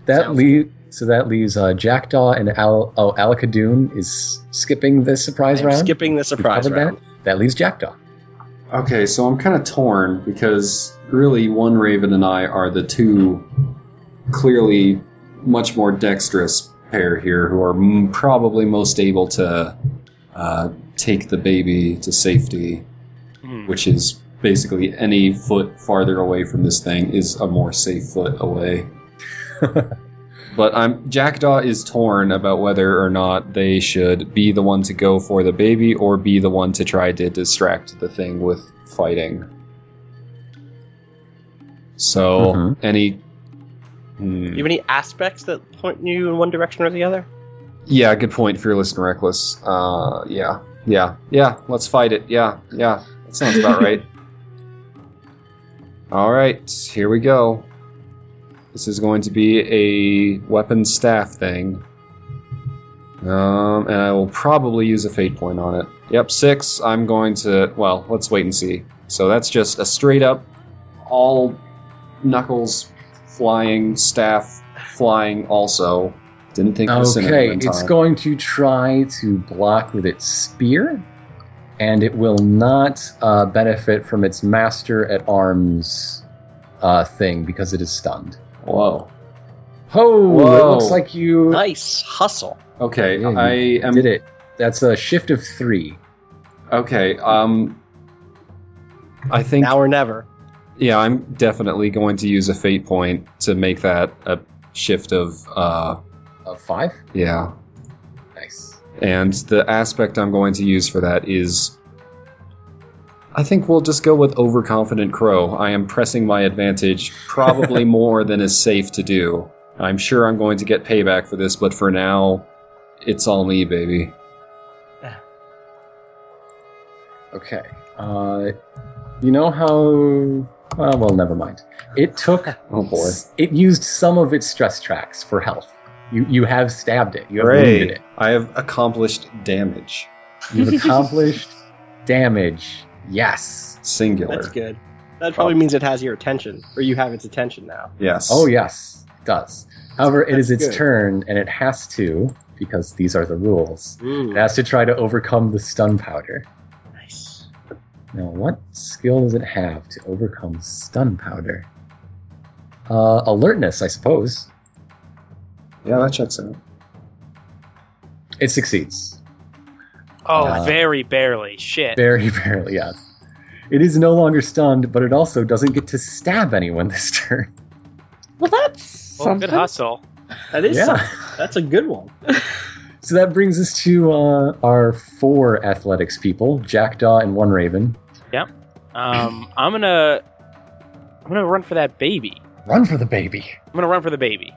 That
Sounds
leave so that leaves uh, Jackdaw and Al. Oh, Alakadoon is skipping this surprise
I'm
round.
skipping the
We
surprise
covered
round.
That. that leaves Jackdaw.
Okay, so I'm kind of torn because really, one Raven and I are the two clearly much more dexterous pair here, who are m- probably most able to uh, take the baby to safety,
Hmm.
which is basically any foot farther away from this thing is a more safe foot away. But I'm Jackdaw is torn about whether or not they should be the one to go for the baby or be the one to try to distract the thing with fighting. So
Mhm.
any
Do
hmm.
you have any aspects that point you in one direction or the other?
Yeah, good point, fearless and reckless. Uh yeah. Yeah. Yeah, let's fight it. Yeah, yeah. That sounds about right. Alright, here we go. This is going to be a weapon staff thing. Um, and I will probably use a fate point on it. Yep, six. I'm going to. Well, let's wait and see. So that's just a straight up, all knuckles flying, staff flying also. Didn't think this in
Okay,
in
it's
time.
going to try to block with its spear, and it will not uh, benefit from its master at arms uh, thing because it is stunned.
Whoa.
Oh,
Whoa.
it looks like you
Nice hustle.
Okay,
Yeah, you
I am.
did it. That's a shift of three.
Okay, um. I think.
Now or never.
Yeah, I'm definitely going to use a fate point to make that a shift of. uh
Of five?
Yeah.
Nice.
And the aspect I'm going to use for that is. I think we'll just go with overconfident crow. I am pressing my advantage probably more than is safe to do. I'm sure I'm going to get payback for this, but for now, it's all me, baby.
Okay. Uh, you know how. Well, well, never mind. It took.
Oh boy.
It used some of its stress tracks for health. You you have stabbed it. You have
Hooray.
wounded it.
I have accomplished damage.
You've accomplished damage. Yes.
Singular.
That's good. That probably means it has your attention, or you have its attention now.
Yes.
Oh yes, it does. However, it is
That's
its
good.
turn, and it has to because these are the rules. It has to try to overcome the stun powder.
Nice.
Now, what skill does it have to overcome stun powder? Uh, alertness, I suppose.
Yeah, that checks out.
It succeeds.
Oh,
Uh,
very barely. Shit.
Very barely, yeah. It is no longer stunned, but it also doesn't get to stab anyone this turn.
Well, that's
Well,
something.
good hustle.
That is.
yeah.
something. That's a good one.
So that brings us to uh, our four athletics people Jackdaw and one Raven.
Um, I'm gonna, I'm gonna run for that baby.
Run for the baby.
I'm gonna run for the baby.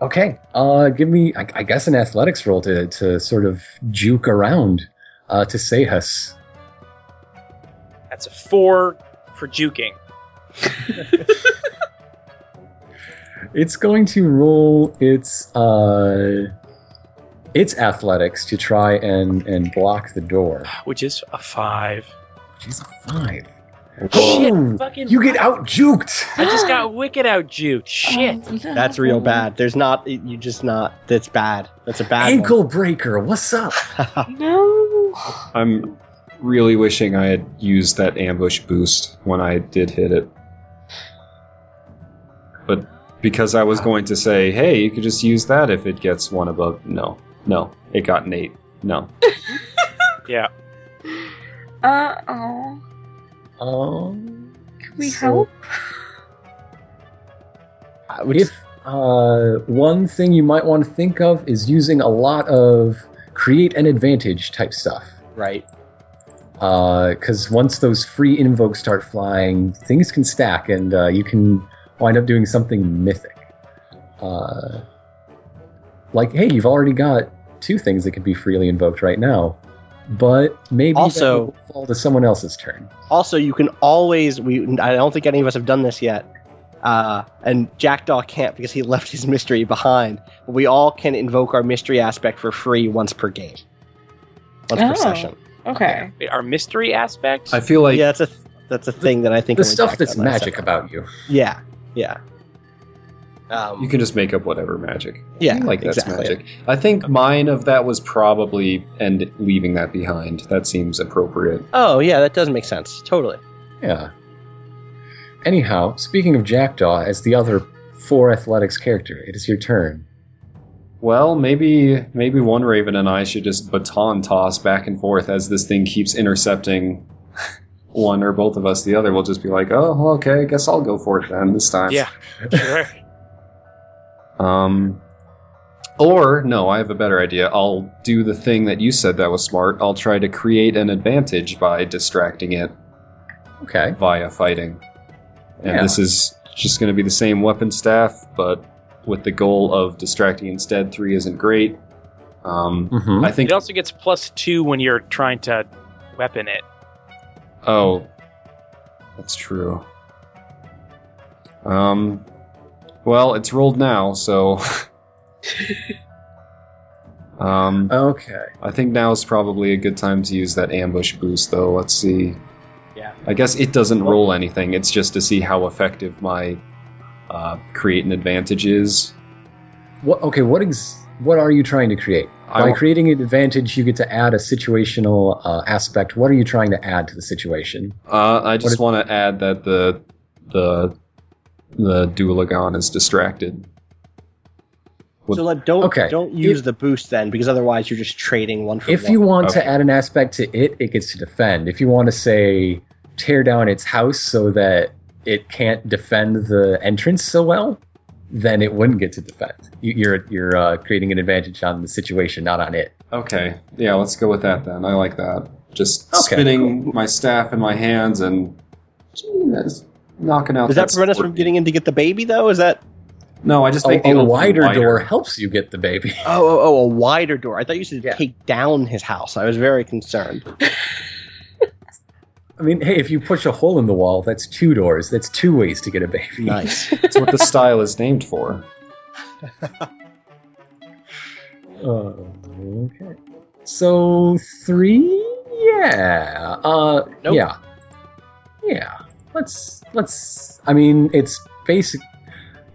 Okay. Uh, give me, I, I guess, an athletics roll to, to sort of juke around uh, to Sehus.
That's a four for juking.
It's going to roll its uh, its athletics to try and and block the door.
which is a five.
She's a five.
Shit,
Ooh,
fucking
you get out juked.
I just got wicked out juked. Shit.
Oh, no.
That's real bad. There's not. You just not. That's bad. That's a bad one.
Ankle breaker. What's up?
No.
I'm really wishing I had used that ambush boost when I did hit it. But because I was going to say, hey, you could just use that if it gets one above. No. No. It got an eight. No.
Uh oh.
Um,
Can we
So-
help?
Uh, which-
if uh, one thing you might want to think of is using a lot of create an advantage type stuff.
right.
Because once those free invokes start flying, things can stack, and uh, you can wind up doing something mythic. Uh, like, hey, you've already got two things that can be freely invoked right now, but maybe that
Also-
will fall to someone else's turn.
Also, you can always. We. I don't think any of us have done this yet. Uh, and Jackdaw can't because he left his mystery behind. But we all can invoke our mystery aspect for free once per game, once
Oh.
per session.
Okay.
Our mystery aspect.
I feel like
yeah, that's a that's a thing that I think
The
only
stuff
Jackdaw
that's
and I
magic
said.
about you.
Yeah, yeah. Um,
you can just make up whatever magic.
yeah,
like that's
exactly.
magic. I think mine of that was probably and leaving that behind. That seems appropriate.
Oh yeah, that does make sense. Totally.
Yeah. Anyhow, speaking of Jackdaw, as the other four athletics character, it is your turn.
Well, maybe maybe one Raven and I should just baton toss back and forth as this thing keeps intercepting one or both of us. The other will just be like, "Oh, well, okay, I guess I'll go for it then this time."
yeah. Sure.
Um. Or no, I have a better idea. I'll do the thing that you said that was smart. I'll try to create an advantage by distracting it
Okay.
via fighting. And
Yeah.
this is just going to be the same weapon staff, but with the goal of distracting instead. Three isn't great. Um,
Mm-hmm.
I think
It also gets plus two when you're trying to weapon it.
Oh, that's true. Um, well, it's rolled now, so. um,
Okay.
I think now is probably a good time to use that ambush boost, though. Let's see.
Yeah.
I guess it doesn't roll anything. It's just to see how effective my uh, create an advantage is.
What? Okay. What ex- what are you trying to create? By
I-
creating an advantage, you get to add a situational uh, aspect. What are you trying to add to the situation?
Uh, I
What
just
is-
want to add that the the the Dualagon is distracted. Well,
So like, don't
okay.
don't use the boost then, because otherwise you're just trading one for
If
one.
you want
Okay.
to add an aspect to it, it gets to defend. If you want to say tear down its house so that it can't defend the entrance so well, then it wouldn't get to defend. You, you're you're uh, creating an advantage on the situation, not on it.
Okay, yeah, let's go with that then. I like that. Just
Okay,
spinning my staff in my hands and Jesus, knocking out.
Does that prevent us from
scorpion.
getting in to get the baby though? Is that
No, I just
A,
make the
a
opening
wider, door helps you get the baby.
oh oh oh a wider door? I thought you said
Yeah.
take down his house. I was very concerned.
I mean, hey, if you push a hole in the wall, that's two doors. That's two ways to get a baby.
Nice.
That's what the style is named for.
Uh, okay. So three, yeah, uh,
Nope.
yeah, yeah. Let's let's. I mean, it's basic.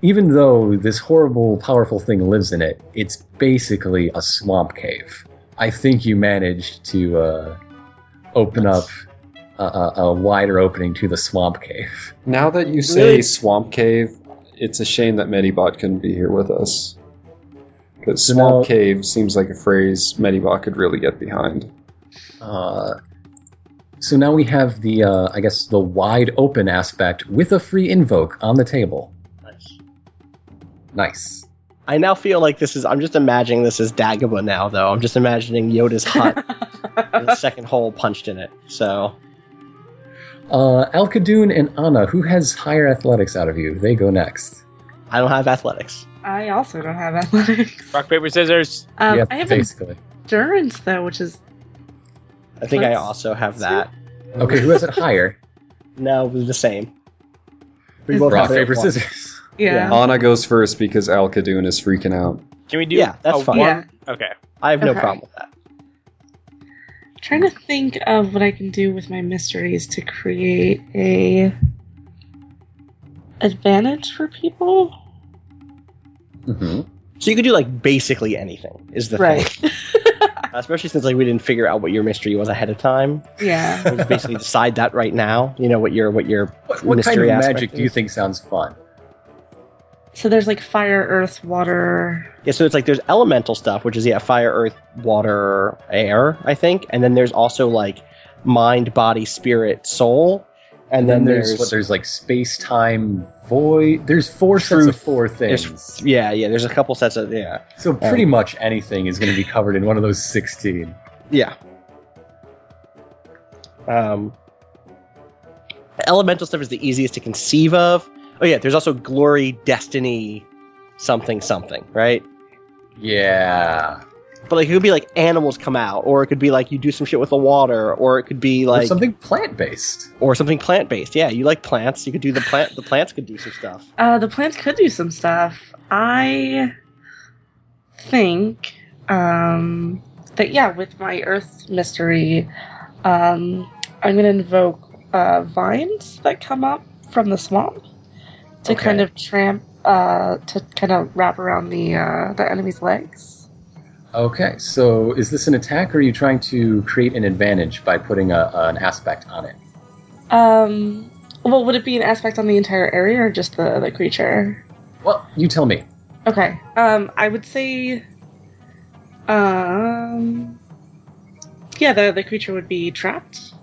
Even though this horrible, powerful thing lives in it, it's basically a swamp cave. I think you managed to uh, open up a, a, a wider opening to the swamp cave.
Now that you say
Really?
Swamp Cave, it's a shame that Medibot couldn't be here with us. Because
So
Swamp
now-
Cave seems like a phrase Medibot could really get behind.
Uh, so now we have the, uh, I guess, the wide open aspect with a free invoke on the table.
nice.
Nice.
I now feel like this is. I'm just imagining this as Dagobah now, though. I'm just imagining Yoda's hut with a second hole punched in it. So
Uh, Al Khadun and Anna, who has higher athletics out of you? They go next.
I don't have athletics.
I also don't have athletics.
Rock paper scissors.
Um,
yeah,
I have
basically.
endurance though, which is
I think I
Let's
also have that.
Okay, who has it higher?
No, we're the same. We
Is
both
Rock,
have it at
paper,
once.
scissors.
Oh,
yeah.
Anna goes first because Al Khadun is freaking out.
Can we do?
Yeah, that's
a
fine.
one-
Yeah.
Okay.
I have no
Okay.
problem with that.
trying to think of what I can do with my mysteries to create a advantage for people.
hmm
Mm-hmm. So you could do like basically anything is the thing. Especially since like we didn't figure out what your mystery was ahead of time.
yeah.
We just basically decide that right now. You know what your what your
What, what kind of
Mystery aspect
magic do
is-
you think sounds fun?
So there's like fire, earth, water.
yeah. So it's like there's elemental stuff, which is yeah, fire, earth, water, air, I think, and then there's also like mind, body, spirit, soul, and, then, there's,
what, there's like space, time, void. There's four
Sets
through
of-
four things.
there's Um, yeah, yeah. There's a couple sets of yeah,
so pretty much anything is going to be covered in one of those 16.
yeah. Um, elemental stuff is the easiest to conceive of. Oh yeah, there's also glory, destiny, something, something, right?
Yeah.
But like it could be like animals come out, or it could be like you do some shit with the water, or it could be
Or
like
something plant based.
or something plant based. Yeah, you like plants. You could do the plant. The plants could do some stuff.
Uh, the plants could do some stuff. I think um, that yeah, with my earth mystery, um, I'm gonna invoke uh, vines that come up from the swamp to
Okay.
kind of tramp uh, to kind of wrap around the uh, the enemy's legs.
Okay, so is this an attack, or are you trying to create an advantage by putting a, an aspect on it?
Um, well, would it be an aspect on the entire area or just the the creature?
Well, you tell me.
Okay. Um, I would say, um, yeah, the the creature would be trapped.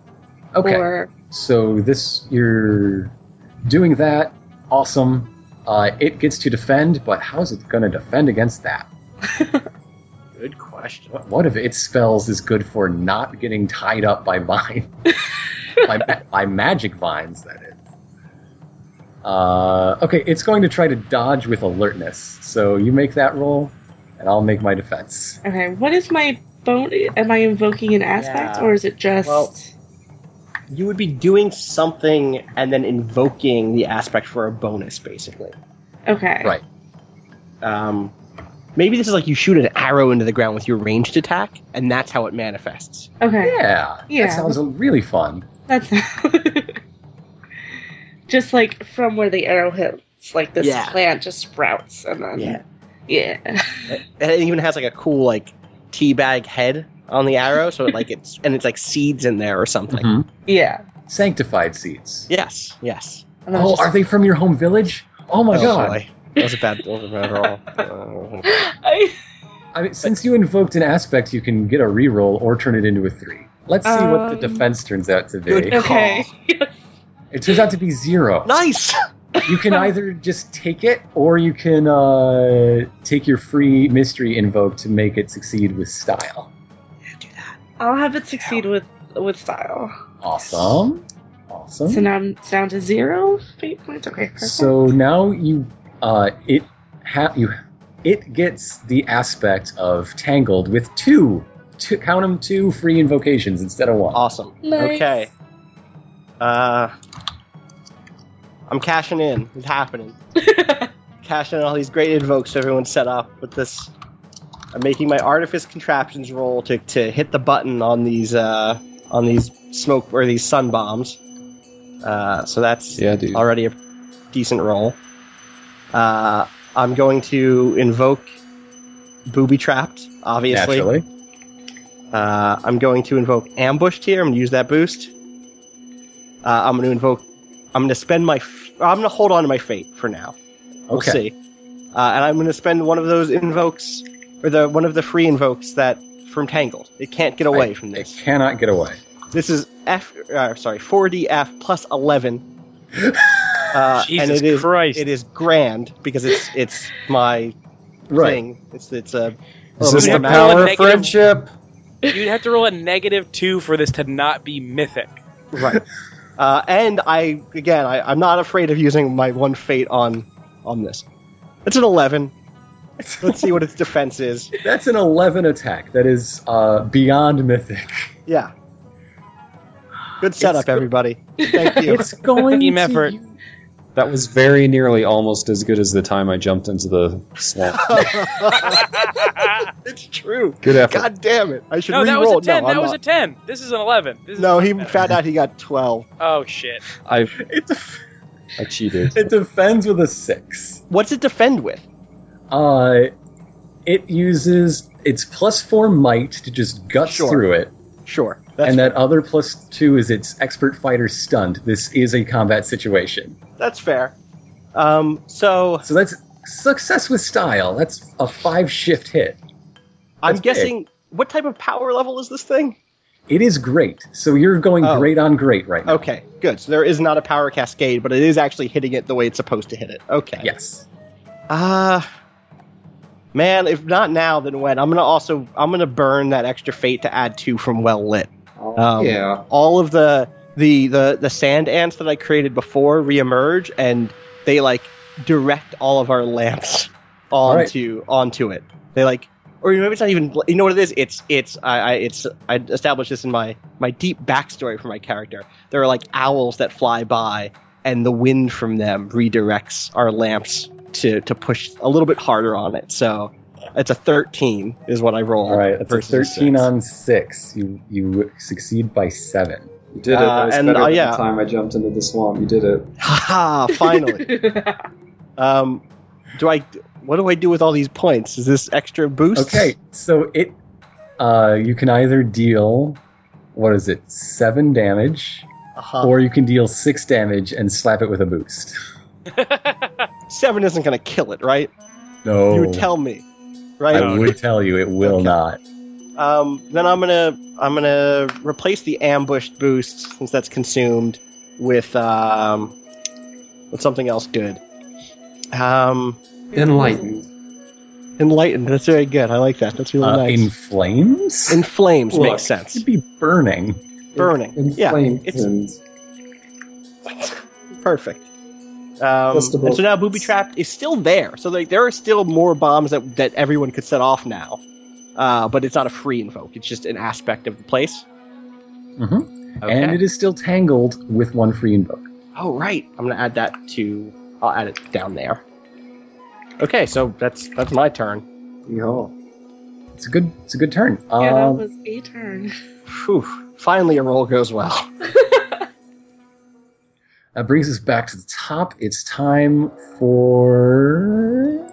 Okay,
Or
so this you're doing that. Awesome. Uh, it gets to defend, but how's it going to defend against that?
Good question.
What, what if its spells is good for not getting tied up by vine, by, ma- by magic vines? That is. Uh, okay, it's going to try to dodge with alertness. So you make that roll, and I'll make my defense.
okay, what is my bone? Am I invoking an aspect,
Yeah.
or is it just?
Well- You would be doing something and then invoking the aspect for a bonus, basically.
okay.
Right.
Um, maybe this is like you shoot an arrow into the ground with your ranged attack, and that's how it manifests.
Okay.
Yeah,
Yeah.
that sounds really fun.
That's just like from where the arrow hits, like this
Yeah.
plant just sprouts and then Yeah.
And it even has like a cool like tea bag head on the arrow, so it, like it's and it's like seeds in there or something.
Mhm.
Yeah.
Sanctified seeds.
Yes, yes.
And I
Oh,
was
are they from your home village? Oh my
Oh,
god!
boy. that was a bad that was a bad roll. Uh,
just- I,
I mean, since you invoked an aspect, you can get a reroll or turn it into a three. Let's see what the
Um,
defense turns out to be.
good.
okay.
It turns out to be zero.
nice.
You can either just take it, or you can uh, take your free mystery invoke to make it succeed with style.
I'll have it succeed with with style.
Awesome.
So
Awesome.
now I'm down to zero fate points. Okay. Perfect.
So now you, uh, it ha- you, it gets the aspect of tangled with two, two count them two free invocations instead of one.
Awesome.
Nice.
Okay. Uh, I'm cashing in. It's happening. cashing in all these great invokes everyone set up with this. I'm making my artifice contraptions roll to, to hit the button on these uh, on these smoke or these sun bombs. Uh, so that's
Yeah, dude.
already a decent roll. Uh, I'm going to invoke booby trapped, obviously.
Naturally.
Uh, I'm going to invoke ambushed here. I'm going to use that boost. Uh, I'm going to invoke. I'm going to spend my. F- I'm going to hold on to my fate for now. We'll
Okay.
see. Uh, and I'm going to spend one of those invokes, or the one of the free invokes that from Tangled. It can't get away from
It
this.
cannot get away.
This is F. Uh, sorry, 4DF plus 11. uh, and
Jesus
it is
Christ.
it is grand because it's it's my
Right.
thing. It's it's a. oh,
Is this
we
the
have all
power of
negative-
friendship?
You'd have to roll a negative two for this to not be mythic.
Right. Uh, and I again, I, I'm not afraid of using my one fate on on this. It's an eleven. Let's see what its defense is.
That's an 11 attack. That is uh, beyond mythic.
Yeah. Good setup,
go-
everybody. Thank you.
It's going
Team
to
effort.
u-
That was very nearly almost as good as the time I jumped into the swamp.
it's true.
Good effort.
God damn it! I should
Ah, No,
re-roll.
that was a ten.
No,
that
I'm
was a
not.
ten. This is an eleven. This is
no,
much
he
better.
found out he got twelve.
Oh shit.
I
It, def-
I cheated.
it defends with a 6.
What's it defend with?
Uh, it uses its plus 4 might to just guts
Sure.
through it.
Sure. That's,
and that other plus 2 is its expert fighter stunned. This is a combat situation.
that's fair. Um, so
So that's success with style. That's a 5 shift hit.
I'm
That's big.
guessing what type of power level is this thing?
It is great. So you're going
Oh.
great on great right now.
Okay, good. So there is not a power cascade, but it is actually hitting it the way it's supposed to hit it. Okay.
Yes.
Ah. man, if not now, then when? I'm gonna also I'm gonna burn that extra fate to add two from well lit. Um,
yeah.
All of the the the the sand ants that I created before reemerge, and they like direct all of our lamps
right.
onto onto it. They like. Or maybe it's not even. You know what it is? It's it's I, I it's I established this in my my deep backstory for my character. There are like owls that fly by, and the wind from them redirects our lamps to to push a little bit harder on it. So it's a thirteen is what I roll.
All right, that's a
versus a
13
six.
on 6. You you succeed by 7.
You did it.
Uh,
That was
and,
better
uh,
than
yeah.
the time I jumped into the swamp. You did it.
Haha! Finally. um, do I? What do I do with all these points? Is this extra boost?
Okay, so it uh, you can either deal what is it, seven damage,
Uh-huh.
or you can deal six damage and slap it with a boost.
Seven isn't gonna kill it, right?
No,
You would tell me,
Oh. I
right?
No.
would tell you it will
Okay.
not.
Um, then I'm gonna I'm gonna replace the ambushed boost since that's consumed with um, with something else good. Um,
Enlightened.
enlightened. That's very good. I like that. That's really
Uh,
nice.
In flames,
In flames
Look.
makes sense.
it'd be burning.
Burning. Yeah,
Inflamed.
it's-
and
Perfect. Um, and
Just about.
so now booby trapped is still there. So like there are still more bombs that that everyone could set off now. Uh, but it's not a free invoke. It's just an aspect of the place.
hmm
Okay.
And it is still tangled with one free invoke.
Oh right, I'm gonna add that to. I'll add it down there. Okay, so that's that's my turn.
Yeehaw.
It's a good, it's a good turn.
yeah, that
Um,
was a turn.
Phew! Finally, a roll goes well.
That brings us back to the top. It's time for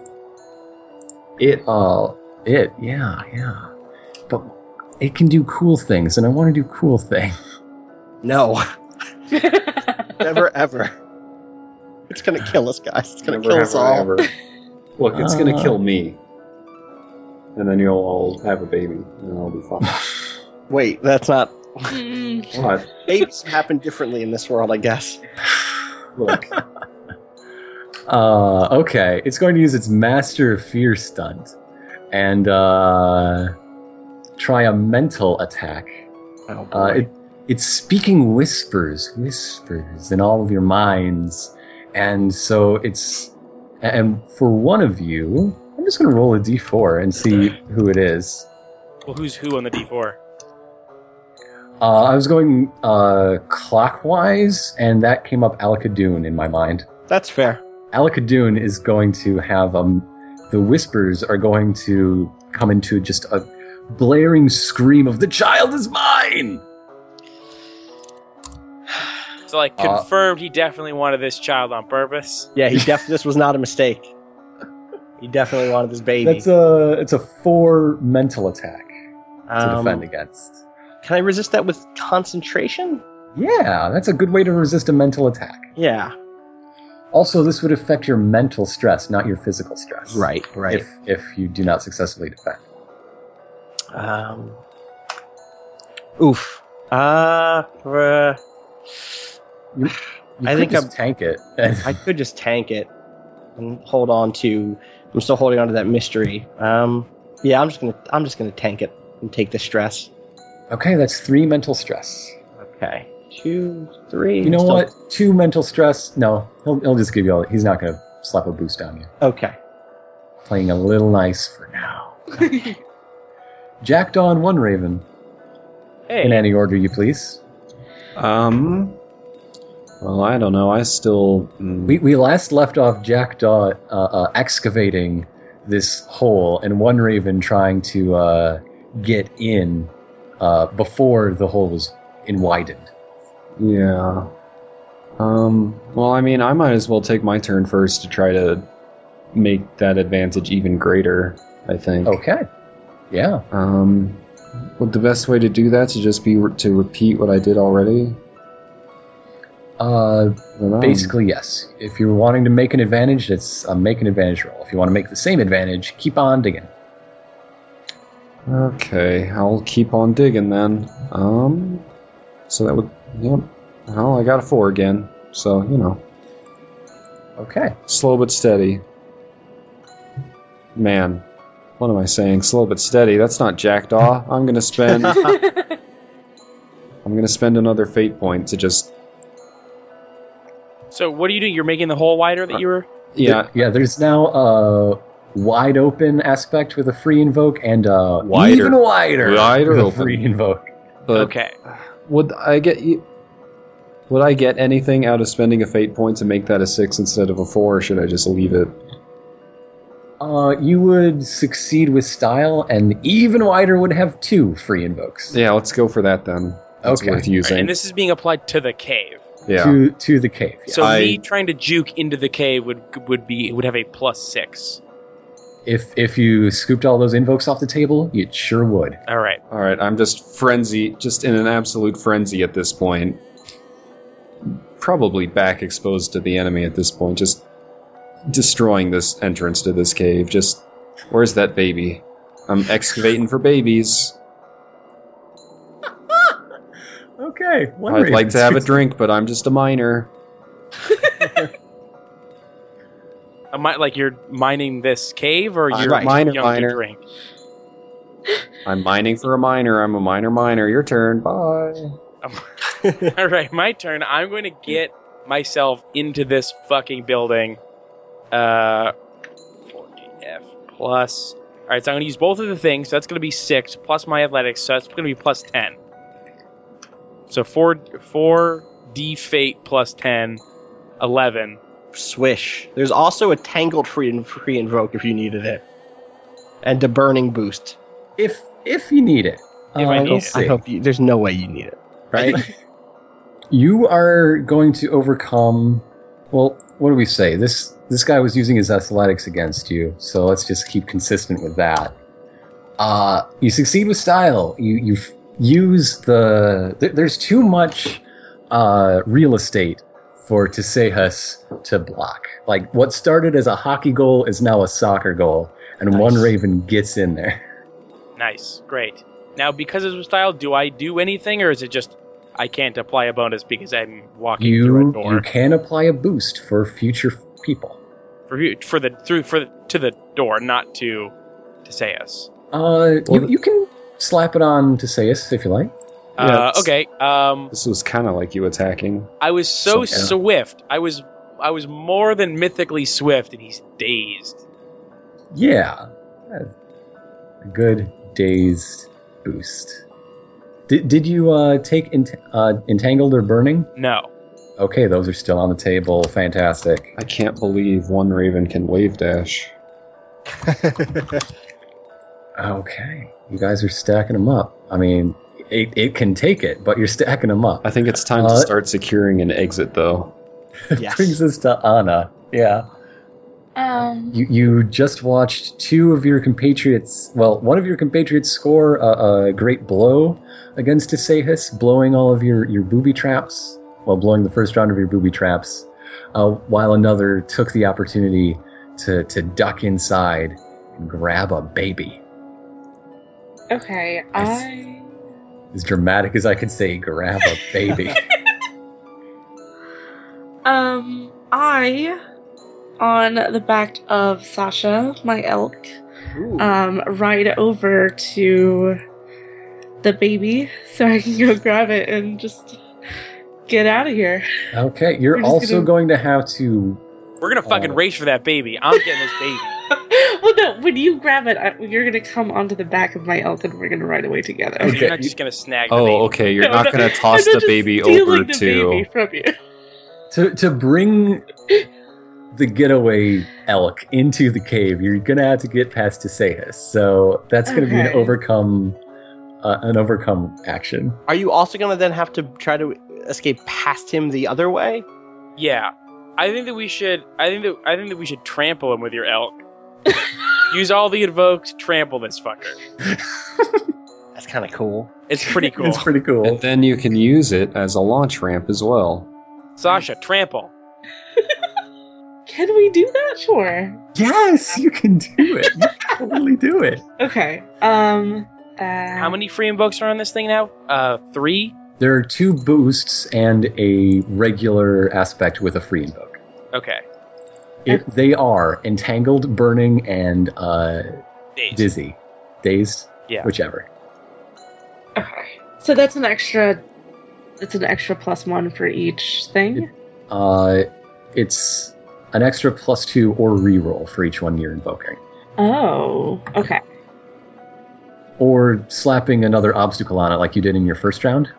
It, uh, it, yeah, yeah. But it can do cool things, and I want to do cool things.
No, never ever. It's gonna kill us, guys. It's gonna
Never,
kill us
ever,
all.
ever. Look, it's gonna
Ah.
kill me, and then you'll all have a baby, and I'll be fine.
Wait, that's not.
Mm,
But
Babies happen differently in this world, I guess.
look,
Uh, okay, it's going to use its Master of Fear stunt and uh, try a mental attack.
Oh, boy.
Uh, it, it's speaking whispers, whispers in all of your minds, and so it's and for one of you, I'm just going to roll a d4 and see who it is.
Well, who's who on the D4?
Uh, I was going uh, clockwise, and that came up Alakadoon in my mind.
that's fair.
Alakadoon is going to have um, the whispers are going to come into just a blaring scream of the child is mine.
So, like,
Uh,
confirmed he definitely wanted this child on purpose.
Yeah, he def. this was not a mistake. He definitely wanted this baby.
That's a it's a four mental attack to
Um,
defend against.
Can I resist that with concentration?
Yeah, that's a good way to resist a mental attack.
Yeah.
Also, this would affect your mental stress, not your physical stress.
Right. Right.
If if you do not successfully defend.
Um. Oof. Uh, bruh.
You
I
could
think
just
I'm-
tank it.
I could just tank it and hold on to. I'm still holding on to that mystery. Um. Yeah, I'm just gonna. I'm just gonna tank it and take the stress.
okay, that's three mental stress.
Okay. Two, three.
You know
Still-
what? Two mental stress. No, he'll, he'll just give you all. He's not going to slap a boost on you.
Okay.
Playing a little nice for now. Jackdaw and one raven.
Hey,
In any order you please.
um, well, I don't know. I still mm,
We, we last left off Jackdaw uh, uh, excavating this hole and one raven trying to uh, get in uh, before the hole was in widened.
Yeah. Um, well, I mean, I might as well take my turn first to try to make that advantage even greater, I think.
Okay. Yeah.
Um, well, the best way to do that to just be to repeat what I did already?
Uh,
I don't know.
Basically, yes. If you're wanting to make an advantage, it's a make an advantage roll. If you want to make the same advantage, keep on digging.
Okay, I'll keep on digging then. Um, so that would. Yep. Well, I got a four again. So, you know,
Okay.
slow but steady. Man, what am I saying? Slow but steady. That's not Jackdaw. I'm gonna spend. I'm gonna spend another fate point to just
so what are you doing? You're making the hole wider that you were.
Uh,
yeah
There- yeah. There's now a wide open aspect with a free invoke and a
Wider.
even wider,
Wider
with a
open.
free invoke.
but
okay.
would I get you would I get anything out of spending a fate point to make that a six instead of a four or should I just leave it
Uh, you would succeed with style, and even wider would have two free invokes.
yeah let's go for that then That's
Okay.
worth
Right,
using
and this is being applied to the cave.
yeah
To to the cave. yeah.
So
I-
me trying to juke into the cave would would be would have a plus six.
If if you scooped all those invokes off the table, you sure would.
All right.
all right I'm just frenzy just in an absolute frenzy at this point probably back exposed to the enemy at this point just destroying this entrance to this cave just where's that baby I'm excavating for babies
Okay. One
I'd
raven.
like to have a drink, but I'm just a miner.
Am I, like you're mining this cave, or
I'm
you're
right. Miner,
young to
miner.
drink?
I'm mining for a miner. I'm a miner miner. Your turn. Bye.
All right, my turn. I'm going to get myself into this fucking building. Uh, 40F plus. All right, so I'm going to use both of the things. So that's going to be six plus my athletics. So that's going to be plus ten. So four four D fate plus 10, 11.
Swish. There's also a tangled free free invoke if you needed it, and a burning boost.
if if you need it.
If I
Uh,
need
we'll
it.
see.
I hope you. There's no way you need it, right?
You are going to overcome. Well, what do we say? This this guy was using his athletics against you, so let's just keep consistent with that. Uh, you succeed with style. You you f- use the th- there's too much uh, real estate for Tesejas to block. Like what started as a hockey goal is now a soccer goal, and
Nice.
one Raven gets in there.
Nice, great. Now, because it's with style, do I do anything, or is it just I can't apply a bonus because I'm walking through
You
a
you
door
can apply a boost for future f- people.
for you- for the through for the, to the door, not to to say us?
Uh,
Well,
you,
th-
you can slap it on Teseus if you like.
Uh,
Yes.
okay. Um,
This was kind of like you attacking.
I was so
So- yeah.
swift. I was I was more than mythically swift, and he's dazed.
Yeah. A good dazed boost. Did, did you uh, take ent- uh, Entangled or Burning?
No,
Okay, those are still on the table. Fantastic.
I can't believe one Raven can wave dash.
Okay. You guys are stacking them up. I mean, it, it can take it, but you're stacking them up.
I think it's time
Uh,
to start securing an exit, though.
Brings us to Anna. Yeah.
Um,
You, you just watched two of your compatriots, well, one of your compatriots score a, a great blow against Isahis, blowing all of your, your booby traps, well, blowing the first round of your booby traps, uh, while another took the opportunity to, to duck inside and grab a baby.
okay, I.
As dramatic as I could say, grab a baby.
Um, I, on the back of Sasha, my elk, um, ride over to the baby so I can go grab it and just get out of here.
okay,
We're
you're
just
also
gonna-
going to have to.
we're gonna fucking
Oh.
race for that baby. I'm getting this baby.
well, no, when you grab it, I, you're gonna come onto the back of my elk and we're gonna ride away together.
So
Okay.
You're not just gonna snag. the baby.
Oh, okay. You're
No,
not
no,
going to toss
I'm
the
not just
baby
stealing
over
the
to.
baby from you.
to to bring the getaway elk into the cave, you're gonna have to get past Tisehis. So that's gonna be an
Okay.
overcome uh, an overcome action.
Are you also going to then have to try to escape past him the other way?
Yeah, I think that we should. I think that I think that we should trample him with your elk. Use all the evokes, trample this fucker.
That's kind of cool.
It's pretty cool.
It's pretty cool.
And then you can use it as a launch ramp as well.
Sasha, trample.
Can we do that? Sure.
yes, you can do it. You can totally do it.
Okay. Um. Uh,
How many free invokes are on this thing now? Uh, three.
There are two boosts and a regular aspect with a free invoke.
Okay.
It, they are entangled, burning, and uh,
Dazed.
dizzy, dazed,
Yeah.
whichever.
Okay. So that's an extra. It's an extra plus one for each thing.
Uh, it's an extra plus two or reroll for each one you're invoking,
Oh. Okay.
or slapping another obstacle on it like you did in your first round.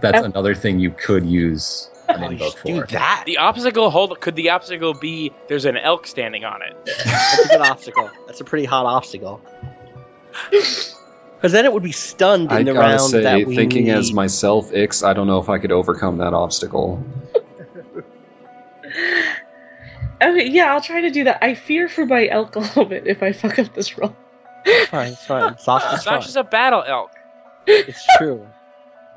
That's
Oh.
another thing you could use an
Oh, you
invoke
should do
for.
that.
The obstacle hold. Could the obstacle be? There's an elk standing on it.
That's a good obstacle. That's a pretty hot obstacle. Because then it would be stunned in
I
the
gotta
round
say,
that we
thinking as
need.
myself, Ix, I don't know if I could overcome that obstacle.
Okay. Yeah, I'll try to do that. I fear for my elk a little bit if I fuck up this roll.
It's fine, it's fine. Sasha's fine.
Sasha's a battle elk.
It's true.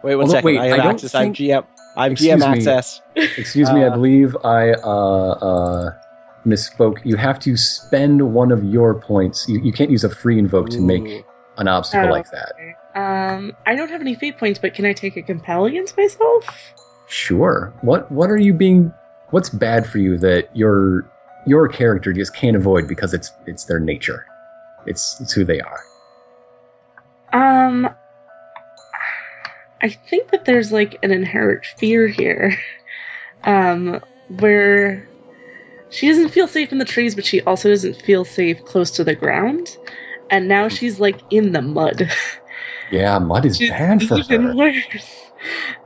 Wait one
Although,
second.
wait,
I have
I don't
access. I'm
think-
GM. I'm
Excuse
GM
me.
access.
Excuse me, I
Uh,
believe I uh, uh, misspoke. You have to spend one of your points. You, you can't use a free invoke to make an obstacle
Oh.
like that.
Um. I don't have any fate points, but can I take a compel against myself?
Sure. What what are you being? What's bad for you that your your character just can't avoid because it's it's their nature, it's it's who they are.
Um. I think that there's like an inherent fear here, um, where she doesn't feel safe in the trees, but she also doesn't feel safe close to the ground, and now she's like in the mud.
Yeah, mud is
She's
bad for
even
her.
worse.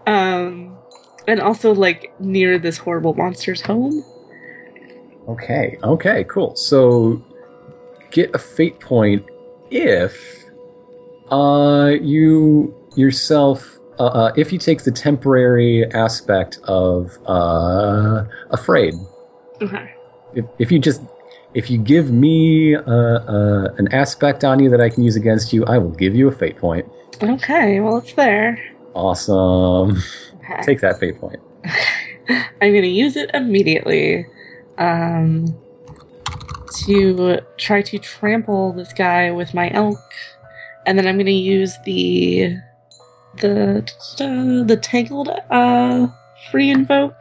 Um, and also like near this horrible monster's home.
Okay. Okay. Cool. So get a fate point if uh you yourself uh, uh, if you take the temporary aspect of uh, afraid,
Okay.
if, if you just if you give me uh, uh, an aspect on you that I can use against you, I will give you a fate point.
Okay. Well, it's there.
Awesome.
Okay.
Take that fate point.
I'm going to use it immediately um, to try to trample this guy with my elk, and then I'm going to use the the uh, the tangled uh, free invoke,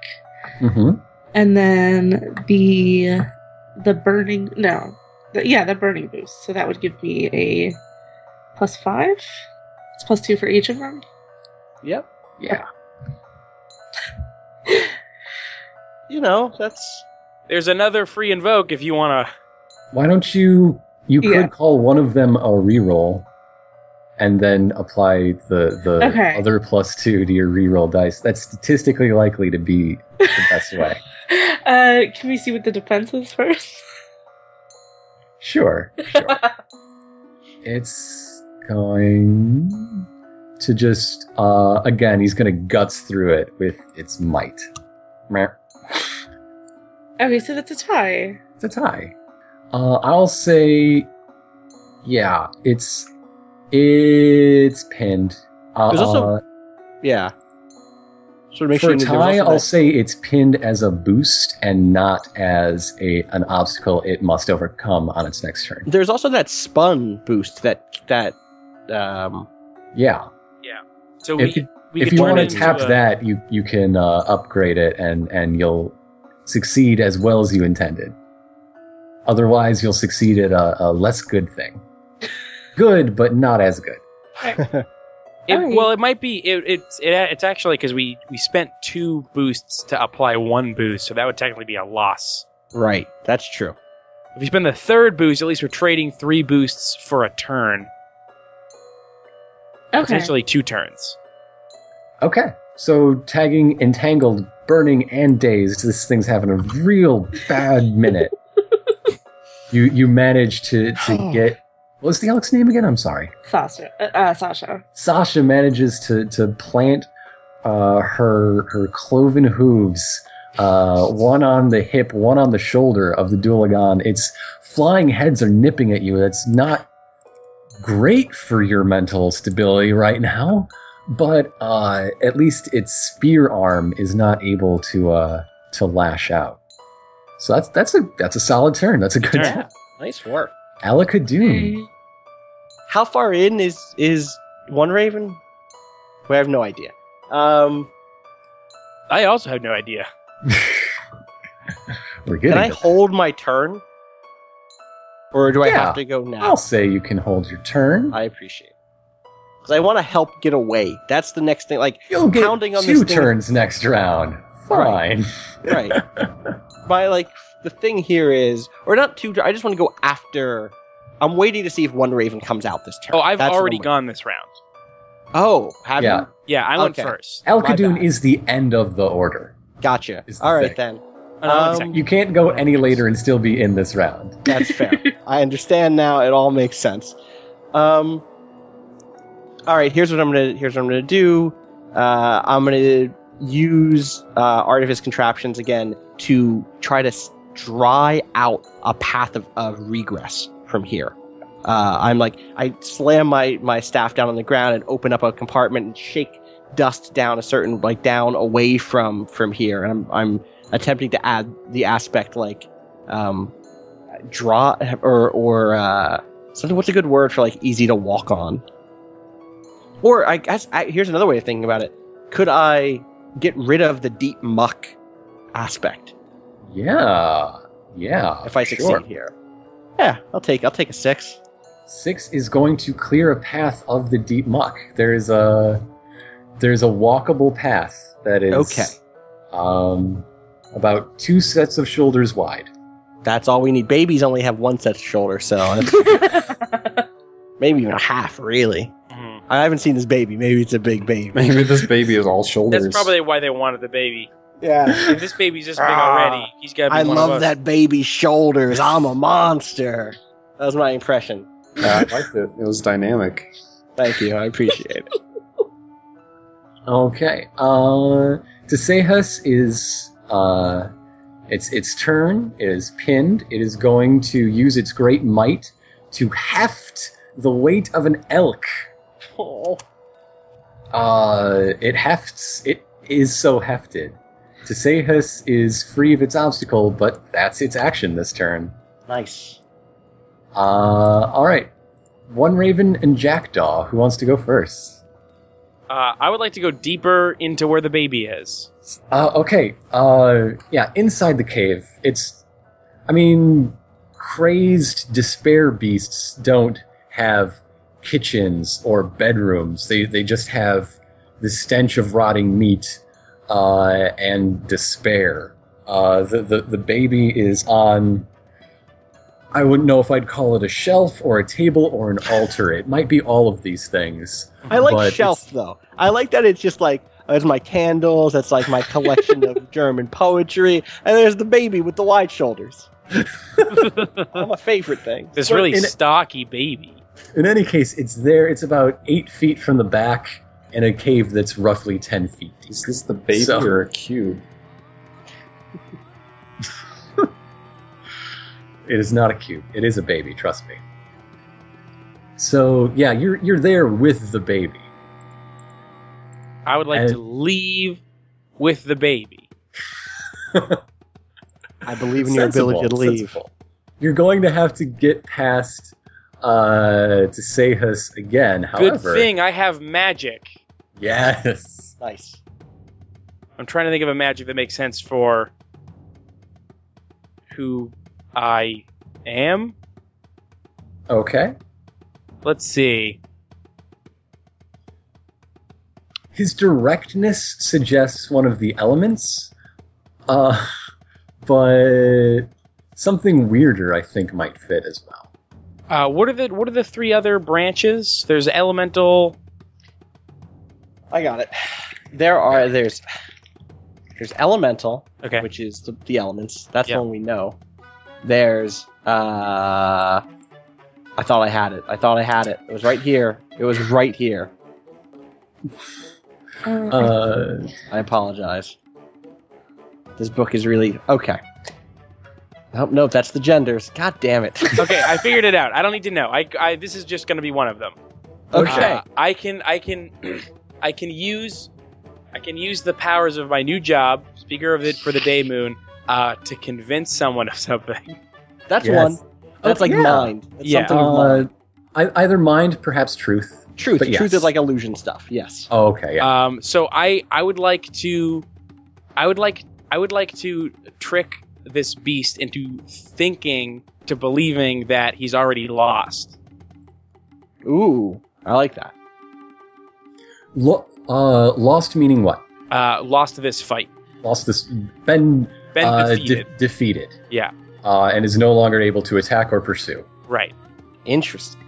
hmm
and then the the burning no, the, yeah, the burning boost. So that would give me a plus five. It's plus two for each of them.
Yep.
Yeah.
You know, that's
There's another free invoke if you want to.
Why don't you? You could
Yeah.
call one of them a reroll, and then apply the the
Okay.
other plus two to your reroll dice. That's statistically likely to be the best way.
Uh, can we see what the defense is first?
Sure. sure. it's going to just uh again he's gonna guts through it with its might. Meh.
Okay, so that's a tie.
It's a tie. Uh I'll say yeah, it's it's pinned. Uh,
There's also-
uh,
yeah. Sort of make
for
sure
a
you know
tie, I'll say it's pinned as a boost and not as a an obstacle it must overcome on its next turn.
There's also that spun boost that that um
Yeah.
So
If
we,
you-
we
if
could
you want
turn
to
it into
tap
a-
that, you you can uh, upgrade it, and and you'll succeed as well as you intended. Otherwise, you'll succeed at a, a less good thing. Good, but not as good.
It,
Alright.
Well, it might be. It, it's it, it's actually because we we spent two boosts to apply one boost, so that would technically be a loss.
right. That's true.
If you spend the third boost, at least we're trading three boosts for a turn,
Okay.
potentially two turns.
Okay, so tagging, entangled, burning, and dazed. This thing's having a real bad minute. you you manage to to get. What's the Elk's name again? I'm sorry.
Sasha. Uh, uh, Sasha.
Sasha manages to to plant uh, her her cloven hooves, uh, one on the hip, one on the shoulder of the Dualagon. Its flying heads are nipping at you. That's not great for your mental stability right now, but uh, at least its spear arm is not able to uh, to lash out. So that's that's a that's a solid turn. That's a good
Turn.
turn.
Nice work.
Alakadoon.
Hmm.
How far in is is one raven? We have no idea. Um
I also have no idea.
We're
can
getting
I
it.
hold my turn? Or do I
Yeah. Oh.
have to go now?
I'll say you can hold your turn.
I appreciate it. Because I want to help get away. That's the next thing. Like,
You'll get
Pounding on
two
this thing-
turns next round. Fine.
Right. right. My, like, the thing here is, or not two, I just want to go after. I'm waiting to see if one Raven comes out this turn.
Oh, I've
That's what
already
I'm
gone this round.
waiting- Oh, have
Yeah.
you?
Yeah, I went
Okay.
first.
Al
My
Khadun
bad.
is the end of the order.
Gotcha.
Is the
All right,
thing.
then.
Uh,
Um,
You can't go any later and still be in this round.
That's fair. I understand now. It all makes sense. Um, all right. Here's what I'm gonna. Here's what I'm gonna do. Uh, I'm gonna use uh, artifice contraptions again to try to s- dry out a path of, of regress from here. Uh, I'm like I slam my my staff down on the ground and open up a compartment and shake dust down a certain like down away from from here. And I'm I'm attempting to add the aspect like um, draw or or uh, something. What's a good word for like easy to walk on? Or I guess I, here's another way of thinking about it. Could I get rid of the deep muck aspect
Yeah. Yeah.
if I
sure.
succeed here? Yeah, I'll take I'll take a six.
Six is going to clear a path of the deep muck. There is a there's a walkable path that is
Okay.
Um about two sets of shoulders wide.
That's all we need. Babies only have one set of shoulder, so that's maybe even a half. Really,
mhm.
I haven't seen this baby. Maybe it's a big baby.
Maybe this baby is all shoulders.
That's probably why they wanted the baby.
Yeah,
If this baby's this big
Ah,
already, he's got to be
I
one of us.
love that baby's shoulders. I'm a monster. That was my impression.
Yeah, I liked it. It was dynamic.
Thank you. I appreciate it.
Okay. Uh, Tesehus is uh, its its turn is pinned. It is going to use its great might to heft the weight of an elk.
Oh.
Uh, it hefts. It is so hefted. Tesehus is free of its obstacle, but that's its action this turn.
Nice.
Uh, all right. One Raven and Jackdaw. Who wants to go first?
Uh, I would like to go deeper into where the baby is.
Uh, okay. Uh, yeah, inside the cave. It's, I mean, crazed despair beasts don't have kitchens or bedrooms. They they just have the stench of rotting meat uh, and despair. Uh, the, the the baby is on. I wouldn't know if I'd call it a shelf or a table or an altar. It might be all of these things.
I like
But it's-
shelf though. I like that it's just like there's my candles. That's like my collection of German poetry, and there's the baby with the wide shoulders. All my favorite things.
This
Well,
really
in-
stocky baby.
In any case, it's there. It's about eight feet from the back in a cave that's roughly ten feet deep.
Is this the baby
So-
or a cube?
It is not a cube. It is a baby. Trust me. So yeah, you're you're there with the baby.
I would like
And-
to leave with the baby.
I believe in your ability to
Sensible,
leave.
sensible. You're going to have to get past uh, to Sehus again.
Good
However,
thing I have magic.
yes,
Nice.
I'm trying to think of a magic that makes sense for who I am.
okay.
Let's see.
His directness suggests one of the elements, uh, but something weirder I think might fit as well.
Uh, what are the what are the three other branches? There's elemental.
I got it. There are there's there's elemental,
Okay.
which is the, the elements. That's
Yeah.
one we know. There's uh I thought I had it. I thought I had it. It was right here. It was right here.
Uh,
Uh,
I apologize. This book is really okay. Nope, nope, that's the genders. God damn it.
Okay, I figured it out. I don't need to know. I, I this is just going to be one of them.
Okay.
Uh, I can I can I can use I can use the powers of my new job, speaker of it for the day moon, uh, to convince someone of something.
that's
yes.
one. That's
Okay,
like
yeah.
mind. That's
Yeah.
something with
Uh,
mind.
ei- either mind, perhaps truth.
Truth.
but yes.
Truth is like illusion stuff. Yes.
Oh, okay, yeah.
Um, so I I would like to I would like I would like to trick this beast into thinking to believing that he's already lost.
Ooh, I like that.
Lo- uh, lost meaning what?
Uh, lost this fight.
Lost this. Been,
Been
uh, de-
defeated.
defeated.
Yeah.
Uh, and is no longer able to attack or pursue.
right.
Interesting.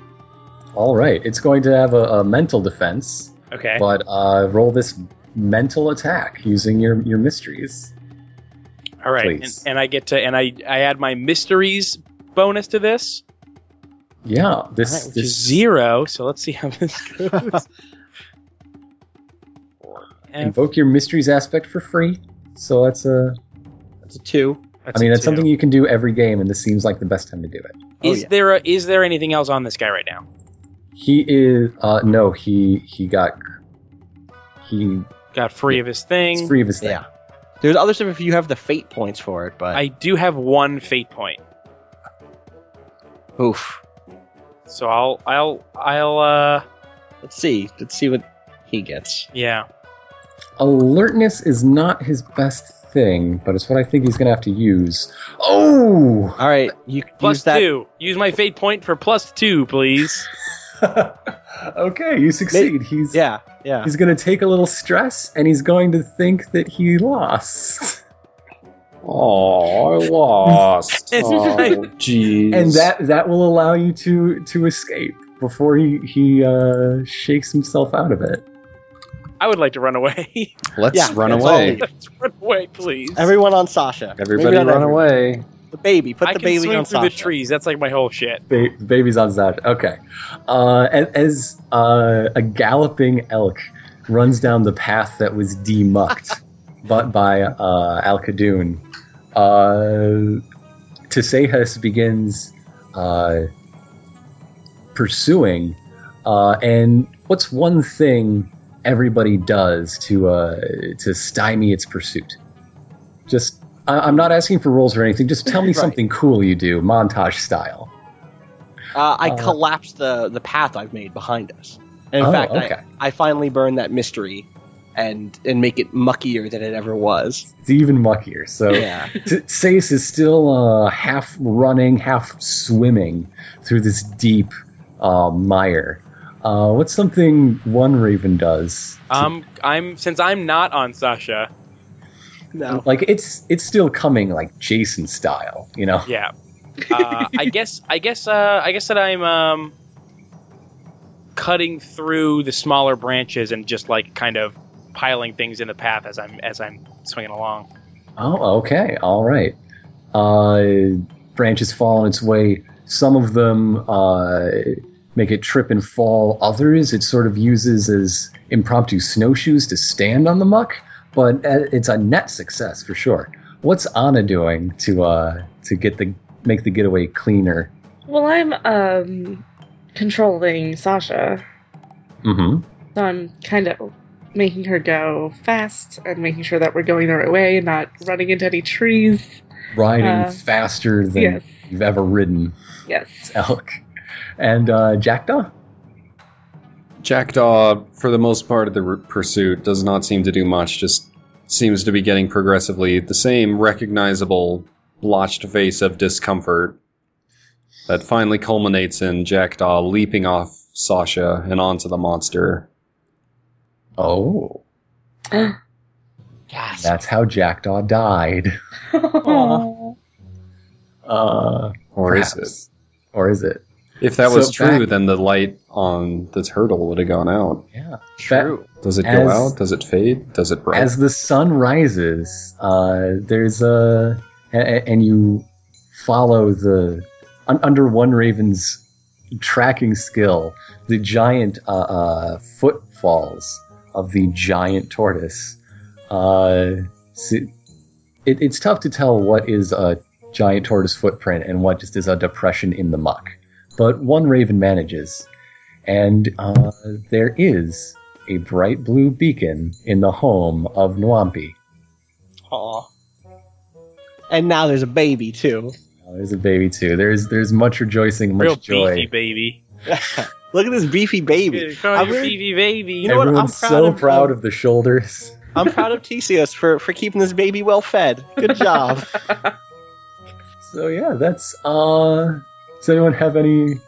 All right. It's going to have a, a mental defense,
Okay.
but uh, roll this mental attack using your, your mysteries.
All right. And,
please.
and I get to and I I add my mysteries bonus to this,
Yeah. This,
All right,
which
this
is zero. So let's see how this goes. And
Invoke your mysteries aspect for free. So that's a.
That's a two.
I mean, that's something you can do every game, and this seems like the best time to do it.
Oh,
Is
yeah.
there a, is there anything else on this guy right now?
He is. Uh, no, he he got. He
Got free of his
is
thing.
free of his thing.
Yeah. There's other stuff if you have the fate points for it, but
I do have one fate point,
oof.
so I'll I'll I'll uh
Let's see. Let's see what he gets.
yeah.
Alertness is not his best thing, but it's what I think he's going to have to use. Oh!
All right, you can
Plus
use that.
two. Use my fate point for plus two, please.
okay, you succeed. He's
Yeah, yeah.
he's going to take a little stress, and he's going to think that he lost.
Oh, I lost.
It's
oh,
like-
jeez.
And that that will allow you to to escape before he he uh, shakes himself out of it.
I would like to run away.
Let's
Yeah,
run
that's
away.
all.
Let's run away, please.
Everyone on Sasha.
Everybody
Maybe not
run
everyone.
away.
The baby. Put
I
the
can
baby
swing
on
through
Sasha.
the trees. That's like my whole shit.
Ba- the baby's on Zod. Okay, uh, and as uh, a galloping elk runs down the path that was demucked but by uh, Al Khadun. Uh, Tesehus begins uh, pursuing, uh, and what's one thing everybody does to uh, to stymie its pursuit? Just, I- I'm not asking for rules or anything. Just tell me
Right.
something cool you do, montage style.
Uh, I
Uh,
collapsed the the path I've made behind us. And in
Oh,
fact,
okay.
I, I finally burned that mystery, and and make it muckier than it ever was.
It's even muckier. So
Yeah.
T- Sais is still uh, half running, half swimming through this deep uh, mire. Uh, what's something one raven does? to-
Um, I'm since I'm not on Sasha.
No.
Like it's it's still coming like Jason style, you know.
Yeah. Uh, I guess I guess uh, I guess that I'm um, cutting through the smaller branches and just like kind of piling things in the path as I'm as I'm swinging along.
Oh, okay, all right. Uh, branches fall on its way. Some of them uh, make it trip and fall. Others, it sort of uses as impromptu snowshoes to stand on the muck. But uh, it's a net success for sure. What's Anna doing to uh, to get the make the getaway cleaner?
Well, I'm um controlling Sasha,
Mm-hmm.
so I'm kind of making her go fast and making sure that we're going the right way and not running into any trees.
Riding
Uh,
faster than
Yes,
you've ever ridden,
yes.
elk. And uh, Jackdaw.
Jackdaw, for the most part of the r- pursuit, does not seem to do much, just seems to be getting progressively the same recognizable blotched face of discomfort that finally culminates in Jackdaw leaping off Sasha and onto the monster.
Oh,
Yes.
that's how Jackdaw died.
Aw.
Uh,
Or is
Perhaps. it? Or is it?
it? If that
So
was true,
back-
then the light on the turtle would have gone out.
Yeah.
True.
Does it
As-
go out? Does it fade? Does it bright?
As the sun rises, uh, there's a, a- a- and you follow the un, under one raven's tracking skill, the giant uh, uh, footfalls of the giant tortoise. Uh, see- it, it's tough to tell what is a giant tortoise footprint and what just is a depression in the muck, but one raven manages, and uh, there is a bright blue beacon in the home of Nwampi.
Aw. And now there's a baby too.
Now, there's a baby too. There's there's much rejoicing, much
Real
joy.
beefy baby.
Look at this beefy baby.
Yeah, call
I'm
your
really-
beefy baby.
You know what? I'm
Everyone's
proud
so
of-
proud of the shoulders.
I'm proud of Theseus for for keeping this baby well fed. Good job.
So yeah, that's uh. Does anyone have any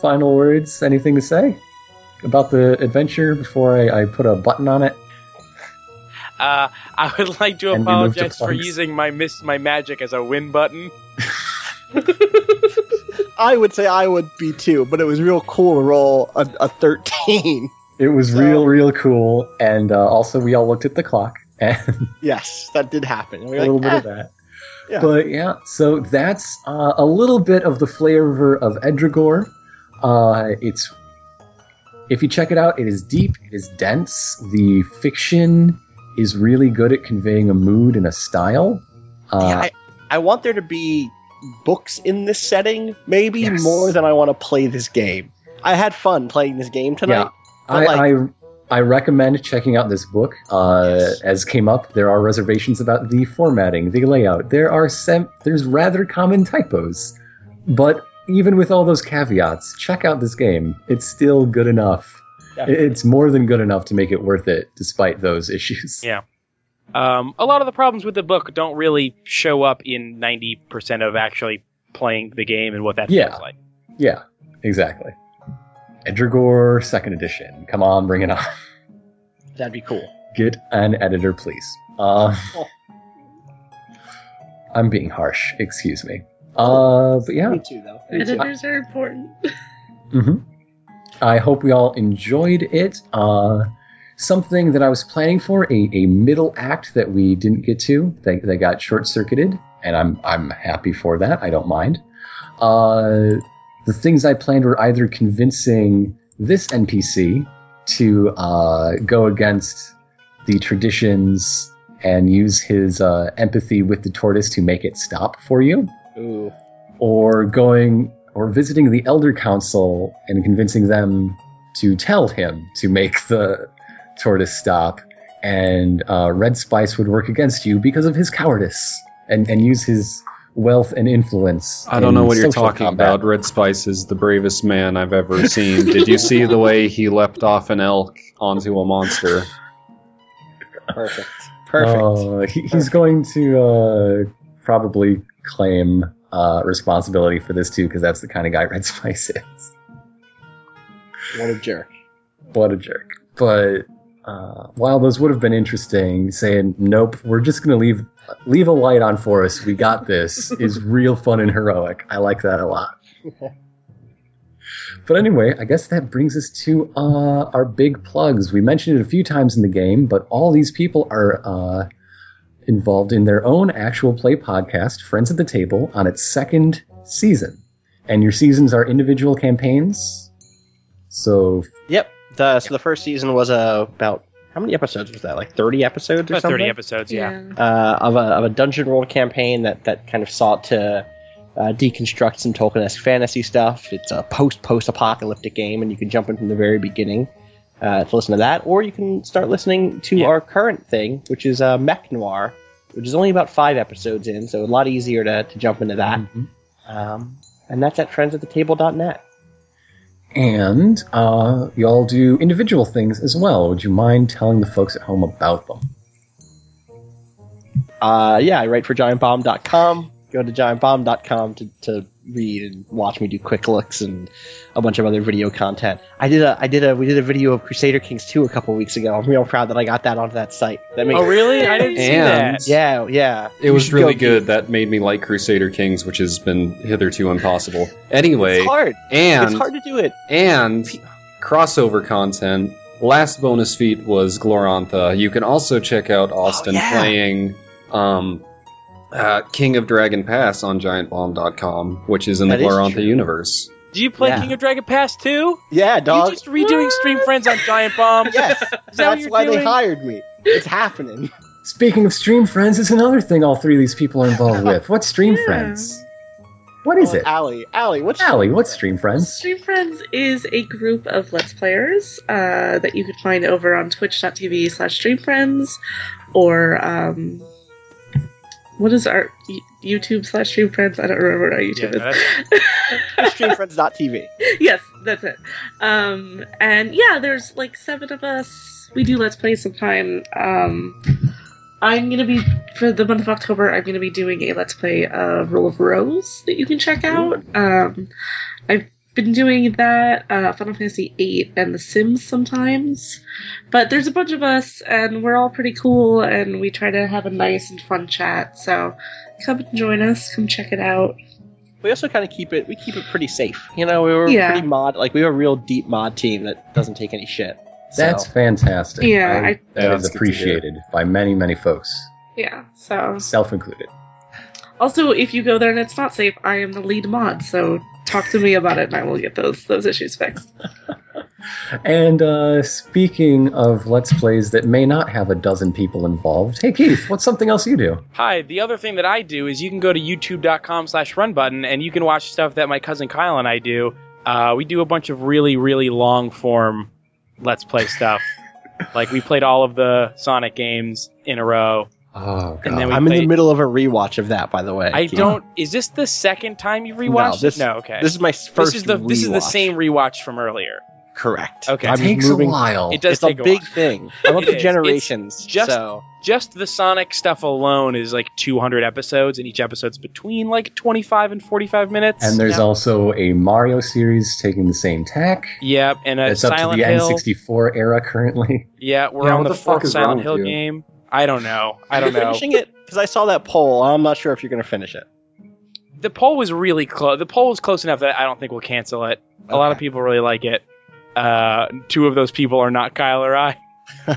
final words? Anything to say about the adventure before I, I put a button on it?
Uh, I would like to
And we moved to
apologize for
plugs.
using my miss my magic as a win button.
I would say I would be too, but it was real cool to roll a, a thirteen.
It was
So-
real, real cool, and uh, also we all looked at the clock and
Yes, that did happen. And we
a
were
little
like,
bit
"Eh,
of that.
Yeah.
But yeah, so that's uh, a little bit of the flavor of Edrigor. Uh, it's if you check it out, it is deep, it is dense. The fiction is really good at conveying a mood and a style.
Yeah,
Uh,
I, I want there to be books in this setting, maybe
Yes.
more than I want to play this game. I had fun playing this game tonight.
I,
but like-
I, I recommend checking out this book. Uh,
Yes.
As came up, there are reservations about the formatting, the layout. There are sem- there's rather common typos, but even with all those caveats, check out this game. It's still good enough.
Definitely.
It's more than good enough to make it worth it, despite those issues.
Yeah. Um, a lot of the problems with the book don't really show up in ninety percent of actually playing the game and what that
Yeah.
feels like.
Yeah, exactly. Edrigor, second edition. Come on, bring it on.
That'd be cool.
Get an editor, please. Uh,
Oh.
I'm being harsh. Excuse me. Uh, but yeah.
Me too, though.
Editors are important.
hmm I hope we all enjoyed it. Uh, something that I was planning for a, a middle act that we didn't get to that, that got short circuited, and I'm I'm happy for that. I don't mind. Uh, the things I planned were either convincing this NPC to uh, go against the traditions and use his uh, empathy with the tortoise to make it stop for you,
Ooh.
or going or visiting the elder council and convincing them to tell him to make the tortoise stop. And uh, Red Spice would work against you because of his cowardice and, and use his wealth and influence.
I don't
in
know what you're
social
talking
combat.
about. Red Spice is the bravest man I've ever seen. Did you see the way he leapt off an elk onto a monster?
Perfect. Perfect.
Uh, he, he's going to uh, probably claim uh, responsibility for this too, because that's the kind of guy Red Spice is.
What a jerk.
What a jerk! But uh, while those would have been interesting, saying nope, we're just going to leave leave a light on for us. We got this. is real fun and heroic. I like that a lot. But anyway, I guess that brings us to uh, our big plugs. We mentioned it a few times in the game, but all these people are uh, involved in their own actual play podcast, Friends at the Table, on its second season. And your seasons are individual campaigns. So
Yep. The, so the first season was uh, about how many episodes was that? Like thirty episodes or
About
something.
thirty episodes. Yeah.
uh, of, a, of a dungeon roll campaign that, that kind of sought to uh, deconstruct some Tolkien-esque fantasy stuff. It's a post-post-apocalyptic game, and you can jump in from the very beginning uh, to listen to that, or you can start listening to
Yeah.
our current thing, which is uh, Mech Noir, which is only about five episodes in, so a lot easier to, to jump into that.
mm-hmm.
Um, and that's at friendsathetable.net.
And uh, y'all do individual things as well. Would you mind telling the folks at home about them?
Uh, yeah, I write for giantbomb.com. Go to giantbomb.com to, to read and watch me do quick looks and a bunch of other video content. I did a I did a we did a video of Crusader Kings 2 a couple weeks ago. I'm real proud that I got that onto that site. That makes
Oh really? I didn't see
And-
that.
Yeah, yeah.
It
You
was
should
really
go-
good. That made me like Crusader Kings, which has been hitherto impossible. Anyway,
It's hard.
and
It's hard to do it.
and crossover content. Last bonus feat was Glorantha. You can also check out Austin
Oh, yeah.
playing um, uh, King of Dragon Pass on GiantBomb.com, which is in the
That is
Glorantha
true.
universe.
Do you play
Yeah.
King of Dragon Pass too?
Yeah,
You
dog.
just redoing Stream Friends on Giant Bomb.
yes.
Is that what
That's
you're
why they
doing?
hired me. It's happening.
Speaking of stream friends, it's another thing all three of these people are involved with. What's stream
Yeah.
friends? What is
Oh,
it?
Allie. Allie, what's
Allie, what's stream friends?
Stream Friends is a group of Let's Players uh, that you can find over on twitch.tv slash streamfriends or um, what is our y- YouTube slash streamfriends? I don't remember what our
Yeah,
YouTube
no, that's-
is.
streamfriends.tv.
yes, that's it. Um, and yeah, there's like seven of us. We do Let's Play sometime. Um, I'm going to be, for the month of October, I'm going to be doing a Let's Play uh, Rule of Rose that you can check out. Um, I've been doing that, uh, Final Fantasy VIII and The Sims sometimes. But there's a bunch of us, and we're all pretty cool, and we try to have a nice and fun chat. So come and join us, come check it out.
we also kind of keep it we keep it pretty safe you know we were
Yeah.
pretty mod like we have a real deep mod team that doesn't take any shit So-
That's fantastic.
Yeah, I-
Yeah,
that
it's
is
good to hear.
appreciated by many, many folks,
Yeah, so.
self included.
Also, if you go there and it's not safe, I am the lead mod, so talk to me about it and I will get those those issues fixed.
And uh, speaking of Let's Plays that may not have a dozen people involved, hey, Keith, what's something else you do?
Hi, the other thing that I do is you can go to youtube.com slash runbutton and you can watch stuff that my cousin Kyle and I do. Uh, we do a bunch of really, really long form Let's Play stuff. like we played all of the Sonic games in a row.
Oh, God.
And then we
i'm in the
played-
middle of a rewatch of that by the way
I
Keith.
don't. Is this the second time you've
No,
rewatched? it?
this-
no okay.
this is my first
This is the this is the
rewatch.
same rewatch from earlier.
correct
Okay.
it
I'm
takes
moving-
a while.
It does
it's a
take a
big
while.
thing i'm up
It
to
is.
generations
It's just-
so
Just the Sonic stuff alone is like 200 episodes, and each episode's between like 25 and 45 minutes.
and there's
Yeah.
also a Mario series taking the same tack.
Yep, and a
It's up to
Silent
the
Hill.
N64 era currently.
Yeah, we're
Yeah,
on
what
the,
the fuck
fourth
is wrong
Silent
with
Hill
you?
game. I don't know. I
You're
don't know.
finishing it because i saw that poll i'm not sure if you're going to finish it
The poll was really close. The poll was close enough that I don't think we'll cancel it. A lot of
Okay.
people really like it. Uh, two of those people are not Kyle or I.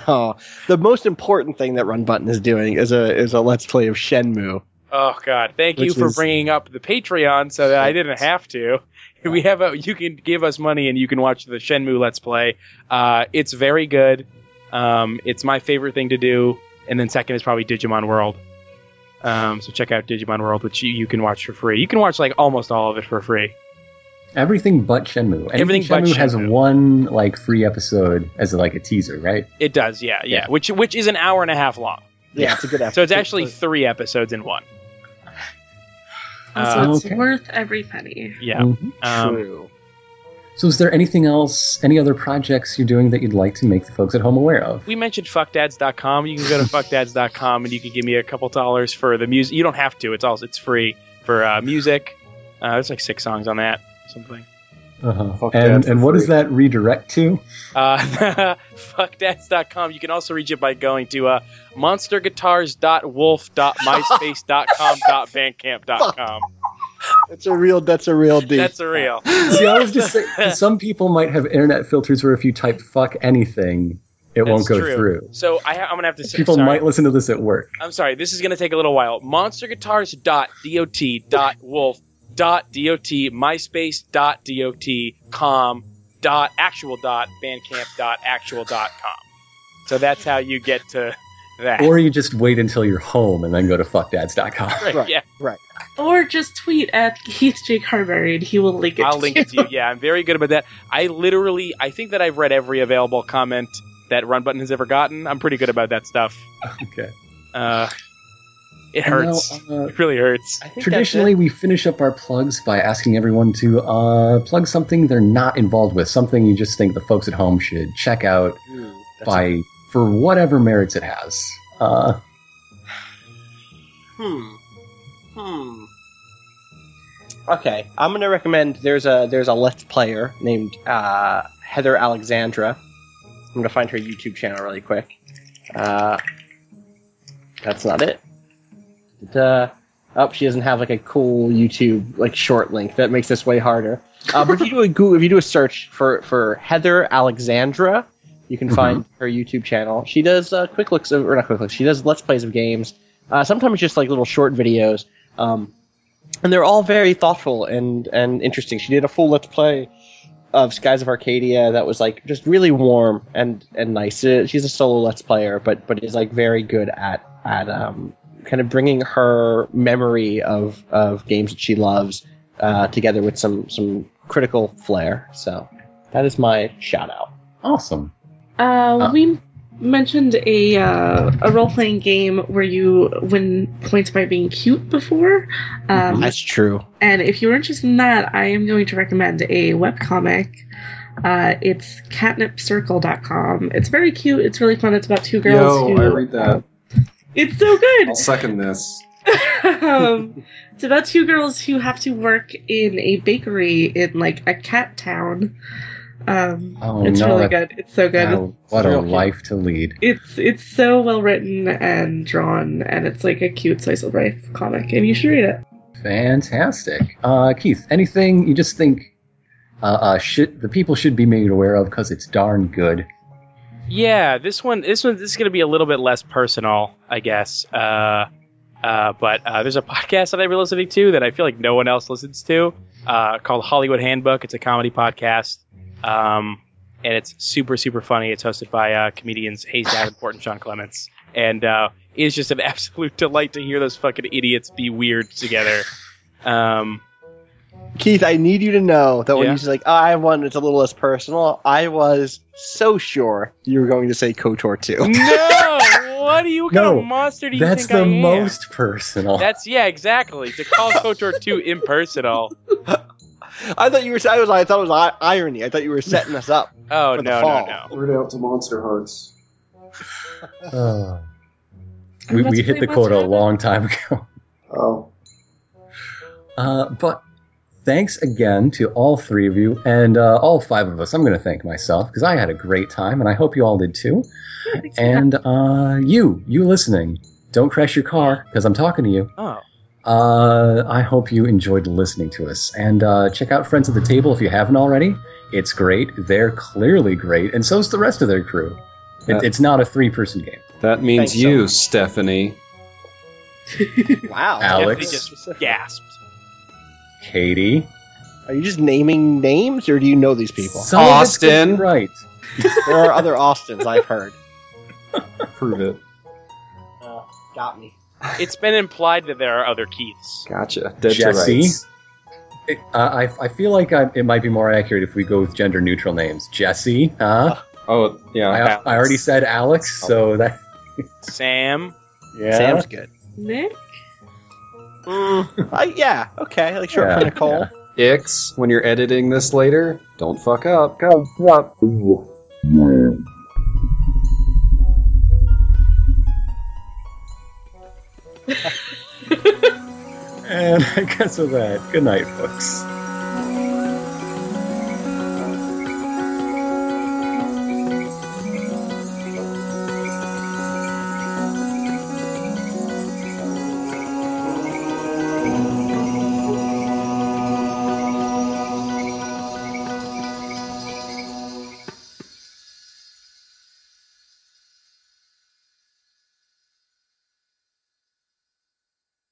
oh, the most important thing that run button is doing is a is a let's play of shenmue
Oh God! Thank you
Which
for
is-
bringing up the Patreon so that I didn't have to. we have a you can give us money and you can watch the Shenmue Let's Play. Uh, it's very good. Um, it's my favorite thing to do. And then second is probably Digimon World. Um, so check out Digimon World, which you, you can watch for free. You can watch like almost all of it for free.
Everything but Shenmue. Anything
Everything but
Shenmue has
Shenmue.
one like free episode as like a teaser, right?
It does, yeah, yeah.
Yeah.
Which which is an hour and a half long.
Yeah, it's a good episode.
So it's actually three episodes in one.
Also,
Uh,
it's
okay.
worth every penny.
Yeah.
Mhm.
Oh,
Um,
true.
So, is there anything else, any other projects you're doing that you'd like to make the folks at home aware of?
we mentioned fuckdads.com. You can go to fuckdads.com and you can give me a couple dollars for the music. You don't have to. It's all it's free for uh, music. Uh, there's like six songs on that. Something.
Uh-huh.
Fuck
And
that for
and what does
free.
that redirect to?
Uh, fuckdads.com. You can also reach it by going to uh, monsterguitars.wolf.myspace.com.bandcamp.com.
That's a real. That's a real deep.
That's a real.
See, I was just saying, some people might have internet filters where if you type "fuck anything," it won't
That's
go
true.
through.
So I ha- I'm gonna have to. say-
People
sorry.
might listen to this at work.
I'm sorry, this is going to take a little while. Monsterguitars.dot.wolf.dot.dot, myspace.dot, com, dot, actual dot, bandcamp dot, actual dot com. So that's how you get to that.
Or you just wait until you're home and then go to fuckdads.com.
Right,
Right.
yeah,
Or just tweet at Keith J. Carberry and he will link it
I'll
to
link
you.
it to you. Yeah, I'm very good about that. I literally, I think that I've read every available comment that Run Button has ever gotten. I'm pretty good about that stuff.
Okay.
Uh, it hurts.
And now, uh,
it really hurts.
Traditionally, we finish up our plugs by asking everyone to uh, plug something they're not involved with, something you just think the folks at home should check out by for whatever merits it has. Uh,
Hmm. Hmm. Okay, I'm gonna recommend. There's a there's a Let's Player named uh, Heather Alexandra. I'm gonna find her YouTube channel really quick. Uh, that's not it. Da. Oh, she doesn't have like a cool YouTube like short link. That makes this way harder. Uh, but if you do a Google, if you do a search for for Heather Alexandra, you can
Mhm.
find her YouTube channel. She does uh, quick looks of or not quick looks. She does Let's Plays of games. Uh, sometimes just like little short videos, um, and they're all very thoughtful and and interesting. She did a full let's play of Skies of Arcadia that was like just really warm and and nice. Uh, She's a solo let's player, but but is like very good at at um, kind of bringing her memory of of games that she loves uh, together with some some critical flair. So that is my shout out.
awesome.
Uh, we mentioned a uh, a role playing game where you win points by being cute before. Um,
That's true.
Mm-hmm.
and if you're interested in that, I am going to recommend a webcomic. Uh, it's catnipcircle.com. It's very cute. It's really fun. It's about two girls
Yo,
who.
I read that.
it's so good.
I'll second this.
um, it's about two girls who have to work in a bakery in like a cat town. Um,
Oh,
it's
no,
really
that-
good. It's so good.
Wow, what a
real cute.
life to lead.
It's it's so well written and drawn, and it's like a cute slice of life comic, and you should read it.
Fantastic. Uh, Keith, anything you just think uh, uh, should, the people should be made aware of because it's darn good?
Yeah, this one, this one, this is going to be a little bit less personal, I guess. Uh, uh, but uh, there's a podcast that I've been listening to that I feel like no one else listens to, uh, called Hollywood Handbook. It's a comedy podcast, um, and it's super, super funny. It's hosted by uh, comedians Hayes Davenport and Sean Clements, and uh, it's just an absolute delight to hear those fucking idiots be weird together. Um,
Keith, I need you to know that when
Yeah.
you say like, "Oh, I won, it's a little less personal. I was so sure you were going to say KOTOR 2.
no, what do you? What kind
No,
of monster do you
That's
think
the
I am?
most personal.
That's yeah, exactly. To call KOTOR 2 impersonal.
I thought you were. I was. I thought it was i- irony. I thought you were setting us up.
Oh
For the
no, no,
fall.
no.
Word out to Monster Hearts.
Uh,
I'm
we
about
we
to
hit
play
the
Monster
quota a
Hunter.
long time ago.
Oh,
Uh, but thanks again to all three of you and uh, all five of us. I'm going to thank myself because I had a great time and I hope you all did too. And uh, you, you listening, don't crash your car because I'm talking to you.
Oh.
Uh, I hope you enjoyed listening to us. And uh, check out Friends at the Table if you haven't already. It's great. They're clearly great, and so's the rest of their crew. It,
Uh,
it's not a three person game.
that means
Thanks so
you,
much.
Stephanie.
Wow.
Alex?
Anthony just gasped.
Katie,
Are you just naming names, or do you know these people?
Some of it's gonna be
Austin.
right?
there are other Austins I've heard.
Prove it.
Uh, got me.
It's been implied that there are other Keiths.
Gotcha. Dead
Jesse?
to rights.
It- uh, I, I- I feel like I, it might be more accurate if we go with gender neutral names. Jesse, huh?
Oh yeah.
I,
Alex.
I already said Alex, so that
Sam.
yeah.
Sam's good.
Nick?
Uh, yeah. Okay. Like sure
Yeah,
for Nicole.
yeah.
Ix, when you're editing this later, don't fuck up. Go up.
And I guess with that, good night, folks.